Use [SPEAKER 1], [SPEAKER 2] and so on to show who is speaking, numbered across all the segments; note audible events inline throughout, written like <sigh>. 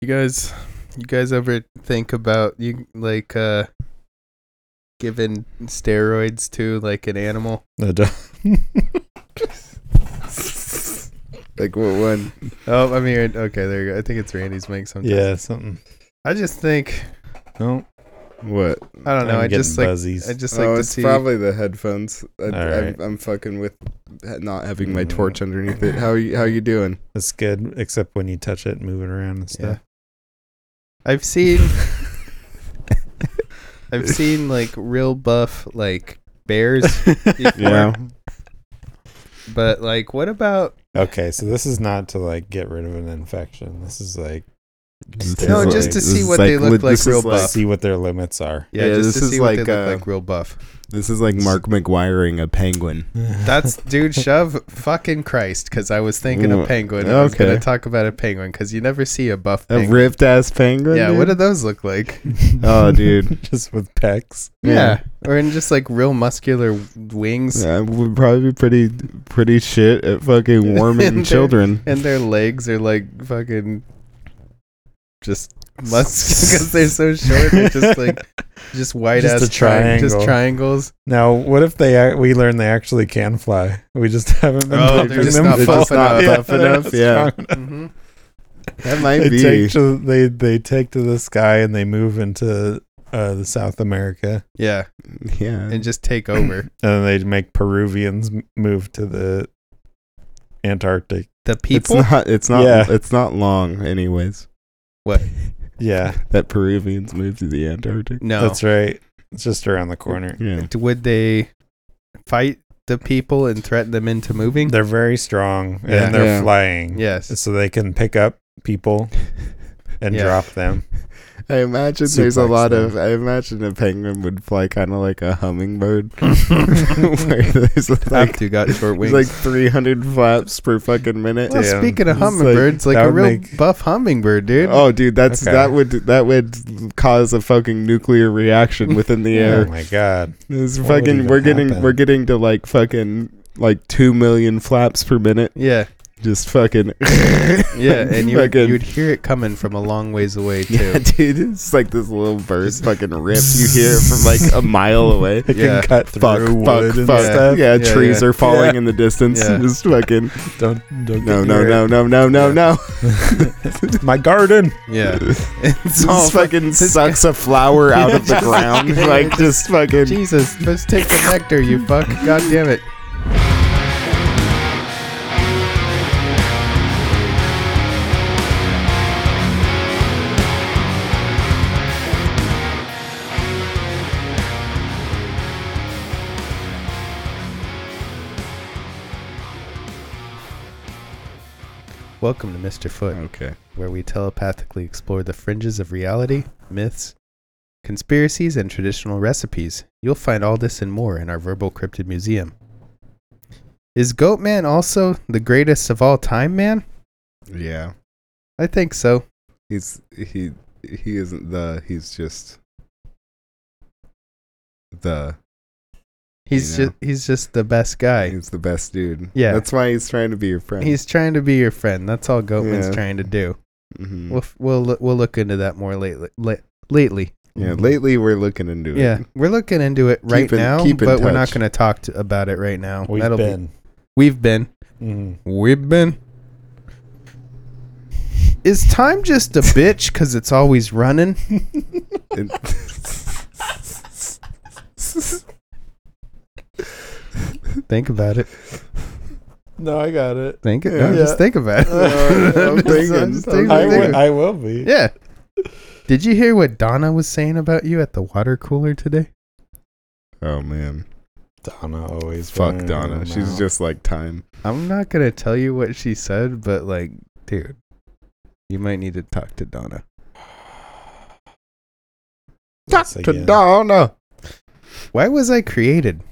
[SPEAKER 1] You guys, you guys ever think about you like uh giving steroids to like an animal? <laughs>
[SPEAKER 2] No, don't-
[SPEAKER 3] Like what one?
[SPEAKER 1] Oh, I'm here. Okay, there you go. I think it's Randy's mic sometimes.
[SPEAKER 2] yeah, something.
[SPEAKER 1] I just think
[SPEAKER 2] No,
[SPEAKER 3] What?
[SPEAKER 1] I don't know.
[SPEAKER 2] I'm
[SPEAKER 1] i
[SPEAKER 2] getting
[SPEAKER 1] just like
[SPEAKER 2] buzzies.
[SPEAKER 1] I just like
[SPEAKER 3] Oh,
[SPEAKER 1] to
[SPEAKER 3] it's
[SPEAKER 1] see.
[SPEAKER 3] probably the headphones. I,
[SPEAKER 2] All
[SPEAKER 3] I'm,
[SPEAKER 2] right.
[SPEAKER 3] I'm fucking with ha- not having my
[SPEAKER 2] Mm.
[SPEAKER 3] torch underneath it. How you how you doing?
[SPEAKER 2] It's good, except when you touch it and move it around and
[SPEAKER 1] yeah.
[SPEAKER 2] stuff.
[SPEAKER 1] I've seen
[SPEAKER 2] <laughs>
[SPEAKER 1] I've seen like real buff like
[SPEAKER 2] <laughs>
[SPEAKER 1] bears, <laughs> Yeah. but like what about
[SPEAKER 2] Okay, so this is not to like get rid of an infection. This is like
[SPEAKER 1] No,
[SPEAKER 2] steroids.
[SPEAKER 1] just to
[SPEAKER 3] This
[SPEAKER 1] see
[SPEAKER 3] is
[SPEAKER 1] what they look
[SPEAKER 3] lit-
[SPEAKER 1] like
[SPEAKER 3] this
[SPEAKER 1] real
[SPEAKER 3] is
[SPEAKER 1] buff.
[SPEAKER 2] see what their
[SPEAKER 1] <laughs>
[SPEAKER 2] limits are.
[SPEAKER 1] yeah,
[SPEAKER 3] Yeah,
[SPEAKER 1] just
[SPEAKER 3] this
[SPEAKER 1] to
[SPEAKER 3] is
[SPEAKER 1] see what
[SPEAKER 3] like,
[SPEAKER 1] they look
[SPEAKER 3] uh,
[SPEAKER 1] like real buff.
[SPEAKER 3] This is like Mark McGuireing a penguin. <laughs>
[SPEAKER 2] <laughs>
[SPEAKER 1] That's dude, shove fucking Christ, because I was thinking
[SPEAKER 3] Ooh,
[SPEAKER 1] of penguin. I was gonna
[SPEAKER 3] okay.
[SPEAKER 1] talk about a penguin because you never see a buff
[SPEAKER 3] A
[SPEAKER 1] penguin.
[SPEAKER 3] ripped ass penguin.
[SPEAKER 1] yeah,
[SPEAKER 3] dude?
[SPEAKER 1] what do those look like?
[SPEAKER 3] Oh, dude.
[SPEAKER 2] <laughs> just with pecs.
[SPEAKER 1] Yeah. or in just like real muscular w- wings,
[SPEAKER 3] Yeah, I would probably be pretty pretty shit at
[SPEAKER 1] <laughs>
[SPEAKER 3] fucking
[SPEAKER 1] And
[SPEAKER 3] warming
[SPEAKER 1] they're-
[SPEAKER 3] children.
[SPEAKER 1] <laughs> and their legs are like fucking just muscular <laughs> because they're so short.
[SPEAKER 2] <laughs>
[SPEAKER 1] They're just like just white
[SPEAKER 2] Just
[SPEAKER 1] ass
[SPEAKER 2] a
[SPEAKER 1] triang- just
[SPEAKER 2] triangle.
[SPEAKER 1] triangles.
[SPEAKER 2] Now, what if they ac- we learn they actually can fly? We just haven't been
[SPEAKER 1] Oh,
[SPEAKER 2] <laughs>
[SPEAKER 1] they're
[SPEAKER 2] pumping
[SPEAKER 1] just
[SPEAKER 2] them.
[SPEAKER 1] not
[SPEAKER 3] They're
[SPEAKER 1] buff
[SPEAKER 3] just
[SPEAKER 1] enough.
[SPEAKER 3] not
[SPEAKER 1] Yeah,
[SPEAKER 3] buff
[SPEAKER 2] <laughs>
[SPEAKER 3] enough. Yeah,
[SPEAKER 1] hmm
[SPEAKER 3] that
[SPEAKER 2] they
[SPEAKER 3] might be.
[SPEAKER 2] take to they they take to the sky and they move into uh, the South America
[SPEAKER 1] Yeah,
[SPEAKER 3] Yeah,
[SPEAKER 1] and just take
[SPEAKER 3] <clears throat>
[SPEAKER 1] over
[SPEAKER 2] and they make Peruvians m- move to the Antarctic.
[SPEAKER 1] the
[SPEAKER 3] it's
[SPEAKER 1] people.
[SPEAKER 3] not. It's not.
[SPEAKER 2] Yeah.
[SPEAKER 3] It's not long, anyways.
[SPEAKER 1] What?
[SPEAKER 2] Yeah,
[SPEAKER 3] <laughs> That Peruvians moved to the Antarctic.
[SPEAKER 1] no,
[SPEAKER 2] that's right. It's just around the corner.
[SPEAKER 3] Yeah.
[SPEAKER 1] would they fight the people and threaten them into moving?
[SPEAKER 2] They're very strong
[SPEAKER 1] Yeah.
[SPEAKER 2] and they're
[SPEAKER 3] Yeah.
[SPEAKER 2] flying.
[SPEAKER 1] yes.
[SPEAKER 2] so they can pick up
[SPEAKER 3] <laughs>
[SPEAKER 2] people and
[SPEAKER 1] Yeah.
[SPEAKER 2] drop them.
[SPEAKER 3] I imagine there's a
[SPEAKER 2] Suplex
[SPEAKER 3] lot
[SPEAKER 2] them.
[SPEAKER 3] of. I imagine a penguin would fly kind of like a hummingbird, where there's like,
[SPEAKER 1] Like, you
[SPEAKER 3] <laughs>
[SPEAKER 1] got short wings.
[SPEAKER 3] there's like 300 flaps per fucking minute.
[SPEAKER 1] well,
[SPEAKER 2] Damn.
[SPEAKER 1] speaking of
[SPEAKER 3] It's like-
[SPEAKER 1] hummingbirds, like,
[SPEAKER 2] that
[SPEAKER 1] a
[SPEAKER 2] would
[SPEAKER 1] real
[SPEAKER 2] make-
[SPEAKER 1] buff hummingbird, dude.
[SPEAKER 3] Oh, dude, that's
[SPEAKER 2] Okay.
[SPEAKER 3] that would that would cause a fucking nuclear reaction
[SPEAKER 2] <laughs>
[SPEAKER 3] within the
[SPEAKER 2] Oh
[SPEAKER 3] air.
[SPEAKER 2] my
[SPEAKER 3] <laughs>
[SPEAKER 2] god.
[SPEAKER 3] This
[SPEAKER 2] What would
[SPEAKER 3] fucking,
[SPEAKER 2] even
[SPEAKER 3] we're getting
[SPEAKER 2] happen?
[SPEAKER 3] we're getting to like fucking like two million flaps per minute. <laughs>
[SPEAKER 1] Yeah,
[SPEAKER 3] Just fucking
[SPEAKER 1] yeah, and you would,
[SPEAKER 3] Fucking-
[SPEAKER 1] you would hear it coming from a long ways away too.
[SPEAKER 3] <laughs> yeah, dude. It's like this little bird fucking rips. You hear it from like a mile away.
[SPEAKER 2] It
[SPEAKER 1] Yeah.
[SPEAKER 2] can cut through
[SPEAKER 3] Fuck,
[SPEAKER 2] wood
[SPEAKER 3] fuck,
[SPEAKER 2] and
[SPEAKER 3] fuck.
[SPEAKER 2] stuff.
[SPEAKER 3] Yeah,
[SPEAKER 1] Yeah,
[SPEAKER 3] trees
[SPEAKER 1] yeah.
[SPEAKER 3] are falling
[SPEAKER 2] Yeah.
[SPEAKER 3] in the distance.
[SPEAKER 1] Yeah.
[SPEAKER 3] Just fucking
[SPEAKER 2] Don't don't
[SPEAKER 3] no,
[SPEAKER 2] get
[SPEAKER 3] no,
[SPEAKER 2] near
[SPEAKER 3] no,
[SPEAKER 2] it.
[SPEAKER 3] no, no, no,
[SPEAKER 1] Yeah.
[SPEAKER 3] no.
[SPEAKER 2] My garden.
[SPEAKER 1] Yeah,
[SPEAKER 3] <laughs> It's
[SPEAKER 1] it's all <laughs>
[SPEAKER 3] just fucking sucks a flower out of the
[SPEAKER 1] Just-
[SPEAKER 3] ground. Like just fucking.
[SPEAKER 1] Jesus. Let's take the nectar, you fuck. God damn it. Welcome to Mr. Foot
[SPEAKER 3] Okay.
[SPEAKER 1] where we telepathically explore the fringes of reality, myths, conspiracies, and traditional recipes. You'll find all this and more in our Verbal Cryptid Museum. Is Goatman also the greatest of all time, man?
[SPEAKER 3] Yeah.
[SPEAKER 1] I think so.
[SPEAKER 3] He's he he isn't the he's just the
[SPEAKER 1] He's
[SPEAKER 3] You know.
[SPEAKER 1] just he's just the best guy.
[SPEAKER 3] he's the best dude.
[SPEAKER 1] Yeah.
[SPEAKER 3] that's why he's trying to be your friend.
[SPEAKER 1] He's trying to be your friend. That's all Goatman's
[SPEAKER 3] Yeah.
[SPEAKER 1] trying to do.
[SPEAKER 3] Mhm.
[SPEAKER 1] We'll f- we'll loo- we'll look into that more lately. la- Lately,
[SPEAKER 3] yeah. Lately, we're looking into
[SPEAKER 1] yeah,
[SPEAKER 3] it.
[SPEAKER 1] we're looking into it right
[SPEAKER 3] Keep in-
[SPEAKER 1] now,
[SPEAKER 3] keep in
[SPEAKER 1] but we're not
[SPEAKER 3] touch.
[SPEAKER 1] going to talk to- about it right now.
[SPEAKER 2] We've
[SPEAKER 1] That'll be-
[SPEAKER 2] been.
[SPEAKER 1] we've been
[SPEAKER 2] Mm.
[SPEAKER 1] We've been. Is time
[SPEAKER 3] <laughs>
[SPEAKER 1] just a bitch because it's always running? Think
[SPEAKER 2] <laughs>
[SPEAKER 1] about it.
[SPEAKER 2] No, I got it.
[SPEAKER 1] Think it.
[SPEAKER 3] Yeah.
[SPEAKER 1] No, just
[SPEAKER 2] Yeah.
[SPEAKER 1] think about it.
[SPEAKER 3] Uh, I'm
[SPEAKER 1] <laughs> Just-
[SPEAKER 3] thinking.
[SPEAKER 1] just think-
[SPEAKER 2] I
[SPEAKER 3] I'm
[SPEAKER 1] think-
[SPEAKER 2] wi- I will be.
[SPEAKER 3] <laughs>
[SPEAKER 1] yeah. Did you hear what Donna was saying about you at the water cooler today?
[SPEAKER 3] oh man,
[SPEAKER 2] Donna always.
[SPEAKER 3] fuck
[SPEAKER 2] running
[SPEAKER 3] Donna.
[SPEAKER 2] her
[SPEAKER 3] She's
[SPEAKER 2] mouth.
[SPEAKER 3] just like time.
[SPEAKER 1] I'm not gonna tell you what she said, but like, dude, you might need to talk to Donna.
[SPEAKER 2] Once again.
[SPEAKER 3] Donna.
[SPEAKER 1] Why was I created?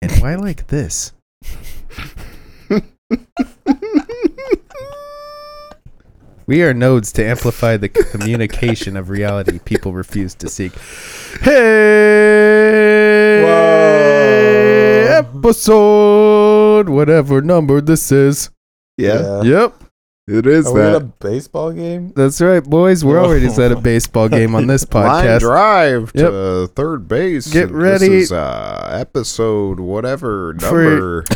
[SPEAKER 1] And why like this? We are nodes to amplify the communication of reality people refuse to seek. Hey!
[SPEAKER 2] Whoa.
[SPEAKER 1] Episode, whatever number this is.
[SPEAKER 3] yeah.
[SPEAKER 1] Yep.
[SPEAKER 3] It is
[SPEAKER 2] Are we at a
[SPEAKER 3] that.
[SPEAKER 2] baseball game?
[SPEAKER 1] That's right, boys. We're already at a baseball game on
[SPEAKER 3] <laughs>
[SPEAKER 1] this
[SPEAKER 4] Line
[SPEAKER 1] podcast.
[SPEAKER 4] drive
[SPEAKER 1] Yep.
[SPEAKER 4] to third base.
[SPEAKER 1] Get
[SPEAKER 4] and
[SPEAKER 1] ready.
[SPEAKER 4] This is uh, episode whatever
[SPEAKER 1] For-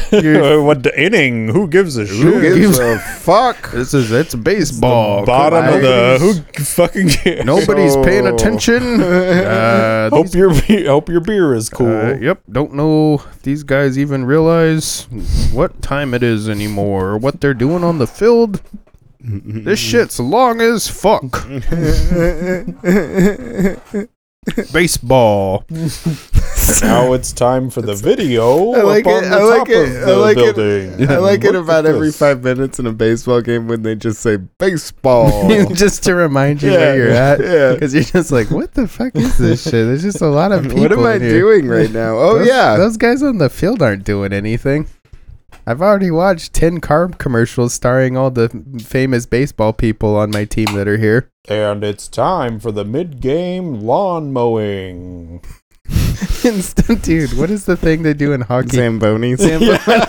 [SPEAKER 3] <laughs>
[SPEAKER 4] number.
[SPEAKER 1] You're-
[SPEAKER 2] <laughs> Uh, what the inning? Who gives a
[SPEAKER 4] Who
[SPEAKER 1] Sure.
[SPEAKER 2] shit?
[SPEAKER 4] gives a fuck?
[SPEAKER 3] <laughs>
[SPEAKER 1] this is it's
[SPEAKER 2] The
[SPEAKER 1] baseball.
[SPEAKER 2] bottom
[SPEAKER 1] Come
[SPEAKER 2] of
[SPEAKER 1] on.
[SPEAKER 2] the who fucking cares?
[SPEAKER 1] Nobody's paying
[SPEAKER 4] So-
[SPEAKER 1] attention. Uh,
[SPEAKER 2] Hope your beer, hope your beer is cool.
[SPEAKER 1] Uh, yep. Don't know if these guys even realize what time it is anymore or what they're doing on the field. This
[SPEAKER 2] Mm-hmm.
[SPEAKER 1] shit's long as fuck. Baseball.
[SPEAKER 2] now it's time for the video.
[SPEAKER 3] I like
[SPEAKER 2] up on
[SPEAKER 3] it,
[SPEAKER 2] the
[SPEAKER 3] I like
[SPEAKER 2] top
[SPEAKER 3] it,
[SPEAKER 2] of
[SPEAKER 3] I
[SPEAKER 2] the
[SPEAKER 3] like it.
[SPEAKER 2] building.
[SPEAKER 3] I like it
[SPEAKER 2] Look
[SPEAKER 3] about
[SPEAKER 2] at
[SPEAKER 3] every
[SPEAKER 2] this.
[SPEAKER 3] five minutes in a baseball game when they just say
[SPEAKER 1] <laughs>
[SPEAKER 3] baseball.
[SPEAKER 1] just to remind you where you're at.
[SPEAKER 3] Mm-hmm. yeah.
[SPEAKER 1] Because you're just like, what the fuck is this shit? There's just a lot of people.
[SPEAKER 3] What am I
[SPEAKER 1] in here.
[SPEAKER 3] doing right now? Oh
[SPEAKER 1] Those-
[SPEAKER 3] yeah,
[SPEAKER 1] Those guys on the field aren't doing anything. I've already watched 10 car commercials starring all the famous baseball people on my team that are here. <laughs>
[SPEAKER 2] And it's time for the mid-game lawn mowing.
[SPEAKER 1] Instant, dude. What is the thing they do in hockey?
[SPEAKER 3] Zambonis.
[SPEAKER 2] <laughs>
[SPEAKER 1] Yeah.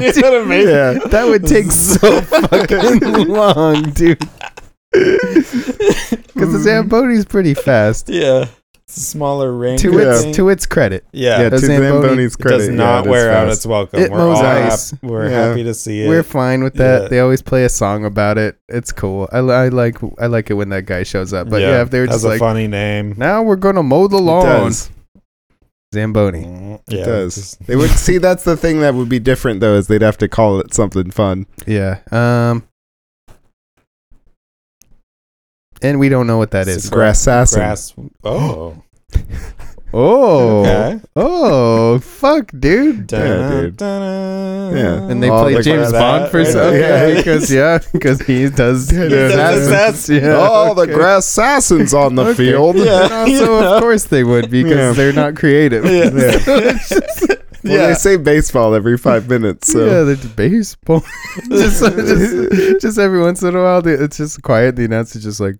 [SPEAKER 2] Isn't that amazing?
[SPEAKER 3] <laughs> yeah.
[SPEAKER 1] That would
[SPEAKER 3] <laughs>
[SPEAKER 1] take so fucking long, dude. Because the
[SPEAKER 3] Mm-hmm.
[SPEAKER 1] Zamboni's pretty fast.
[SPEAKER 2] Yeah. It's a smaller ring.
[SPEAKER 1] To
[SPEAKER 3] Yeah.
[SPEAKER 1] its to its credit,
[SPEAKER 2] yeah.
[SPEAKER 3] Yeah,
[SPEAKER 1] The
[SPEAKER 3] to
[SPEAKER 1] Zamboni does
[SPEAKER 3] Zamboni's
[SPEAKER 2] It
[SPEAKER 3] credit,
[SPEAKER 2] does
[SPEAKER 3] yeah,
[SPEAKER 2] not
[SPEAKER 3] is
[SPEAKER 2] wear out
[SPEAKER 3] fast.
[SPEAKER 2] its welcome.
[SPEAKER 1] It
[SPEAKER 2] we're
[SPEAKER 1] mows
[SPEAKER 2] all
[SPEAKER 1] ice.
[SPEAKER 2] hap- we're
[SPEAKER 3] Yeah.
[SPEAKER 2] happy to see it.
[SPEAKER 1] we're fine with that.
[SPEAKER 2] Yeah.
[SPEAKER 1] They always play a song about it. It's cool. I, li- I like I like it when that guy shows up. But yeah, if they were
[SPEAKER 2] that's
[SPEAKER 1] just
[SPEAKER 2] a
[SPEAKER 1] like,
[SPEAKER 2] funny name.
[SPEAKER 1] now we're gonna mow the
[SPEAKER 3] It
[SPEAKER 1] lawn,
[SPEAKER 3] does.
[SPEAKER 1] Zamboni.
[SPEAKER 2] Yeah,
[SPEAKER 3] It does.
[SPEAKER 2] just-
[SPEAKER 3] They would see that's the thing that would be different though is they'd have to call it something fun.
[SPEAKER 1] Yeah. Um. And we don't know what that is.
[SPEAKER 2] Gra-
[SPEAKER 3] Grass assassin.
[SPEAKER 2] grass. Oh,
[SPEAKER 1] Oh.
[SPEAKER 2] okay.
[SPEAKER 3] <laughs>
[SPEAKER 1] Oh. Fuck, dude.
[SPEAKER 3] Yeah, dude.
[SPEAKER 2] Dun-dun.
[SPEAKER 3] Yeah.
[SPEAKER 1] And they
[SPEAKER 3] Oh,
[SPEAKER 1] play
[SPEAKER 3] like
[SPEAKER 1] James
[SPEAKER 2] that.
[SPEAKER 1] Bond for
[SPEAKER 2] Yeah.
[SPEAKER 1] some yeah,
[SPEAKER 2] Yeah.
[SPEAKER 1] <laughs>
[SPEAKER 2] <laughs>
[SPEAKER 1] because yeah, because he does
[SPEAKER 3] <laughs> He does
[SPEAKER 1] assassins.
[SPEAKER 2] assassins.
[SPEAKER 1] Yeah.
[SPEAKER 3] oh,
[SPEAKER 1] okay.
[SPEAKER 3] the grass assassins on
[SPEAKER 1] <laughs>
[SPEAKER 3] the
[SPEAKER 1] Okay.
[SPEAKER 3] field.
[SPEAKER 2] Yeah.
[SPEAKER 1] And also,
[SPEAKER 3] <laughs>
[SPEAKER 1] of course, they would because
[SPEAKER 3] Yeah.
[SPEAKER 1] they're not creative.
[SPEAKER 2] Yeah.
[SPEAKER 1] <laughs>
[SPEAKER 2] Yeah.
[SPEAKER 1] So it's just-
[SPEAKER 2] <laughs>
[SPEAKER 3] Well, they say baseball every five minutes. So
[SPEAKER 1] yeah, they're just baseball. just, just, just every once in a while, they, it's just quiet. The announcer's just like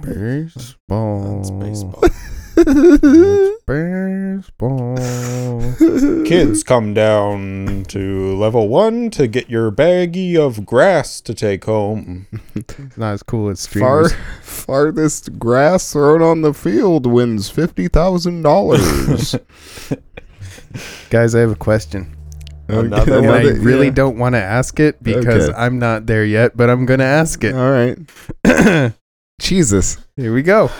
[SPEAKER 1] baseball.
[SPEAKER 2] That's baseball.
[SPEAKER 3] <laughs>
[SPEAKER 1] <laughs> It's baseball.
[SPEAKER 2] Kids, come down to level one to get your baggie of grass to take home.
[SPEAKER 1] It's not as cool as
[SPEAKER 3] Far,
[SPEAKER 1] streamers.
[SPEAKER 3] farthest grass thrown on the field wins fifty thousand
[SPEAKER 1] <laughs>
[SPEAKER 3] dollars.
[SPEAKER 1] Guys, I have a question.
[SPEAKER 2] Another
[SPEAKER 1] and
[SPEAKER 2] one.
[SPEAKER 1] I
[SPEAKER 2] Well,
[SPEAKER 1] really don't want to ask it because
[SPEAKER 3] Okay. Uh.
[SPEAKER 1] I'm not there yet, but I'm going to ask it.
[SPEAKER 3] All right, Jesus.
[SPEAKER 1] <clears throat> Here we go.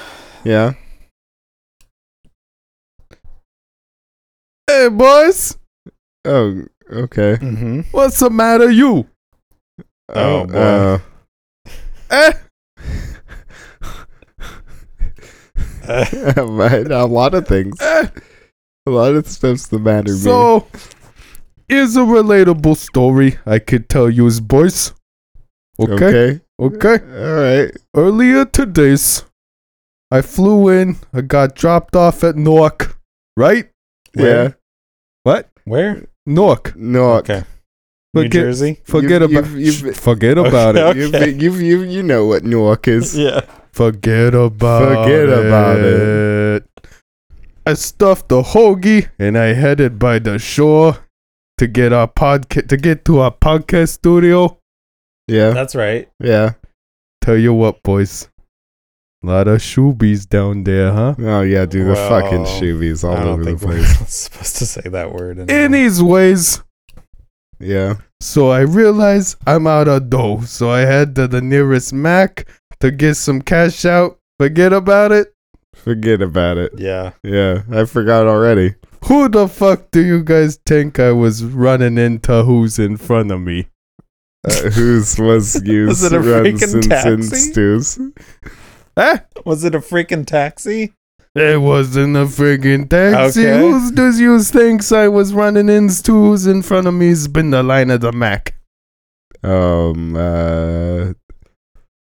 [SPEAKER 3] Yeah.
[SPEAKER 1] Hey, boys,
[SPEAKER 3] Oh, okay.
[SPEAKER 2] Mm-hmm.
[SPEAKER 1] what's the matter, you?
[SPEAKER 2] Oh, boy.
[SPEAKER 3] uh,
[SPEAKER 1] Eh?
[SPEAKER 2] Uh,
[SPEAKER 3] man, uh, <laughs> a lot of things.
[SPEAKER 1] Eh?
[SPEAKER 3] A lot of stuff's the matter. man.
[SPEAKER 1] So, is a relatable story I could tell you, boys. Okay,
[SPEAKER 3] okay.
[SPEAKER 1] okay.
[SPEAKER 3] All right.
[SPEAKER 1] Earlier today's, I flew in. I got dropped off at Newark, right?
[SPEAKER 3] Yeah.
[SPEAKER 2] Where?
[SPEAKER 1] What?
[SPEAKER 2] Where?
[SPEAKER 1] Newark.
[SPEAKER 3] No. <laughs>
[SPEAKER 2] Okay. New
[SPEAKER 1] Forget,
[SPEAKER 2] Jersey.
[SPEAKER 1] forget
[SPEAKER 3] You've-
[SPEAKER 1] about.
[SPEAKER 3] you've- you've-
[SPEAKER 1] forget about it.
[SPEAKER 2] Okay.
[SPEAKER 3] You've been- You've, you you know what Newark is.
[SPEAKER 2] Yeah.
[SPEAKER 1] Forget about
[SPEAKER 3] Forget about
[SPEAKER 1] it. I stuffed the hoagie and I headed by the shore to get our podcast to get to our podcast studio.
[SPEAKER 3] Yeah.
[SPEAKER 2] That's right.
[SPEAKER 3] Yeah.
[SPEAKER 1] Tell you what, boys. A lot of shoobies down there, huh?
[SPEAKER 3] Oh yeah, dude. The fucking
[SPEAKER 2] Well,
[SPEAKER 3] shoebies all
[SPEAKER 2] I don't
[SPEAKER 3] over the
[SPEAKER 2] think we're
[SPEAKER 3] place.
[SPEAKER 2] <laughs> supposed to say that word. anymore.
[SPEAKER 1] Anyways,
[SPEAKER 3] Yeah.
[SPEAKER 1] so I realized I'm out of dough, so I head to the nearest Mac to get some cash out. Forget about it.
[SPEAKER 3] Forget about it.
[SPEAKER 2] Yeah.
[SPEAKER 3] Yeah. I forgot already.
[SPEAKER 1] Who the fuck do you guys think I was running into? Who's in front of me?
[SPEAKER 2] <laughs>
[SPEAKER 3] Uh, whose was used
[SPEAKER 2] it a freaking taxi?
[SPEAKER 3] stews.
[SPEAKER 1] Huh?
[SPEAKER 2] Was it a freaking taxi?
[SPEAKER 1] It wasn't a friggin' taxi.
[SPEAKER 2] Okay.
[SPEAKER 1] Who's does you thinks I was running into? Who's in front of me? Has been the line of the Mac.
[SPEAKER 3] Um. Uh.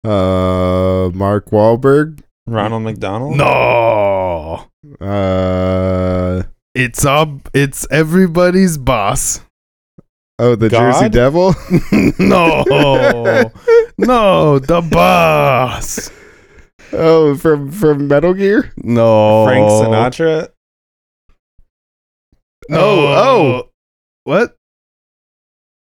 [SPEAKER 3] Uh. Mark Wahlberg.
[SPEAKER 2] Ronald McDonald?
[SPEAKER 1] No,
[SPEAKER 3] Uh.
[SPEAKER 1] it's our, it's everybody's boss. <laughs>
[SPEAKER 3] Oh, the Jersey
[SPEAKER 2] God? <laughs>
[SPEAKER 3] Devil. <laughs>
[SPEAKER 1] no, no, the boss.
[SPEAKER 3] Oh, from from Metal Gear.
[SPEAKER 1] No,
[SPEAKER 2] Frank
[SPEAKER 1] <laughs>
[SPEAKER 2] Sinatra?
[SPEAKER 1] No,
[SPEAKER 3] Oh,
[SPEAKER 1] what?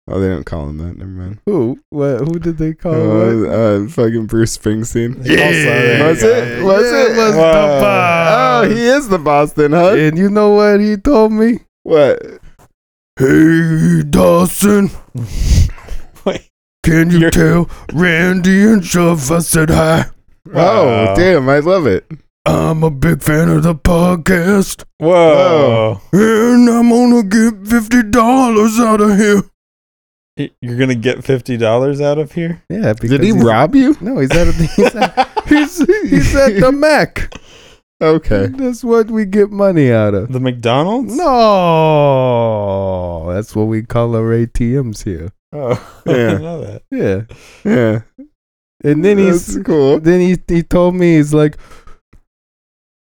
[SPEAKER 3] Oh, they don't call him that. Never mind.
[SPEAKER 1] Who? What? Who did they call?
[SPEAKER 3] Oh,
[SPEAKER 1] what? Oh,
[SPEAKER 3] uh, fucking Bruce Springsteen.
[SPEAKER 2] Also, there you
[SPEAKER 3] Was
[SPEAKER 2] go.
[SPEAKER 3] it? Was
[SPEAKER 1] Yeah,
[SPEAKER 3] it?
[SPEAKER 1] was the
[SPEAKER 2] Wow.
[SPEAKER 1] boss.
[SPEAKER 3] Oh, he is the boss then, huh?
[SPEAKER 1] and you know what he told me?
[SPEAKER 3] What?
[SPEAKER 1] Hey, Dawson,
[SPEAKER 2] Wait.
[SPEAKER 1] can you
[SPEAKER 2] You're-
[SPEAKER 1] tell Randy and Jeff I said hi?
[SPEAKER 3] Oh,
[SPEAKER 2] Wow.
[SPEAKER 3] damn! I love it.
[SPEAKER 1] I'm a big fan of the podcast,
[SPEAKER 2] Whoa.
[SPEAKER 1] and I'm gonna get fifty dollars out of here.
[SPEAKER 2] Y- You're going to get $50 out of here?
[SPEAKER 1] Yeah, because
[SPEAKER 3] Did he
[SPEAKER 1] he's-
[SPEAKER 3] rob you?
[SPEAKER 1] No, he's at he's at, <laughs> he's, he's at the Mac.
[SPEAKER 3] Okay.
[SPEAKER 1] That's what we get money out of.
[SPEAKER 2] <laughs> The McDonald's?
[SPEAKER 1] No, that's what we call our ATMs here.
[SPEAKER 2] Oh, <laughs> I
[SPEAKER 3] Yeah.
[SPEAKER 2] didn't know that.
[SPEAKER 1] Yeah,
[SPEAKER 3] Yeah.
[SPEAKER 1] and then he's
[SPEAKER 3] That's cool.
[SPEAKER 1] then he he told me he's like,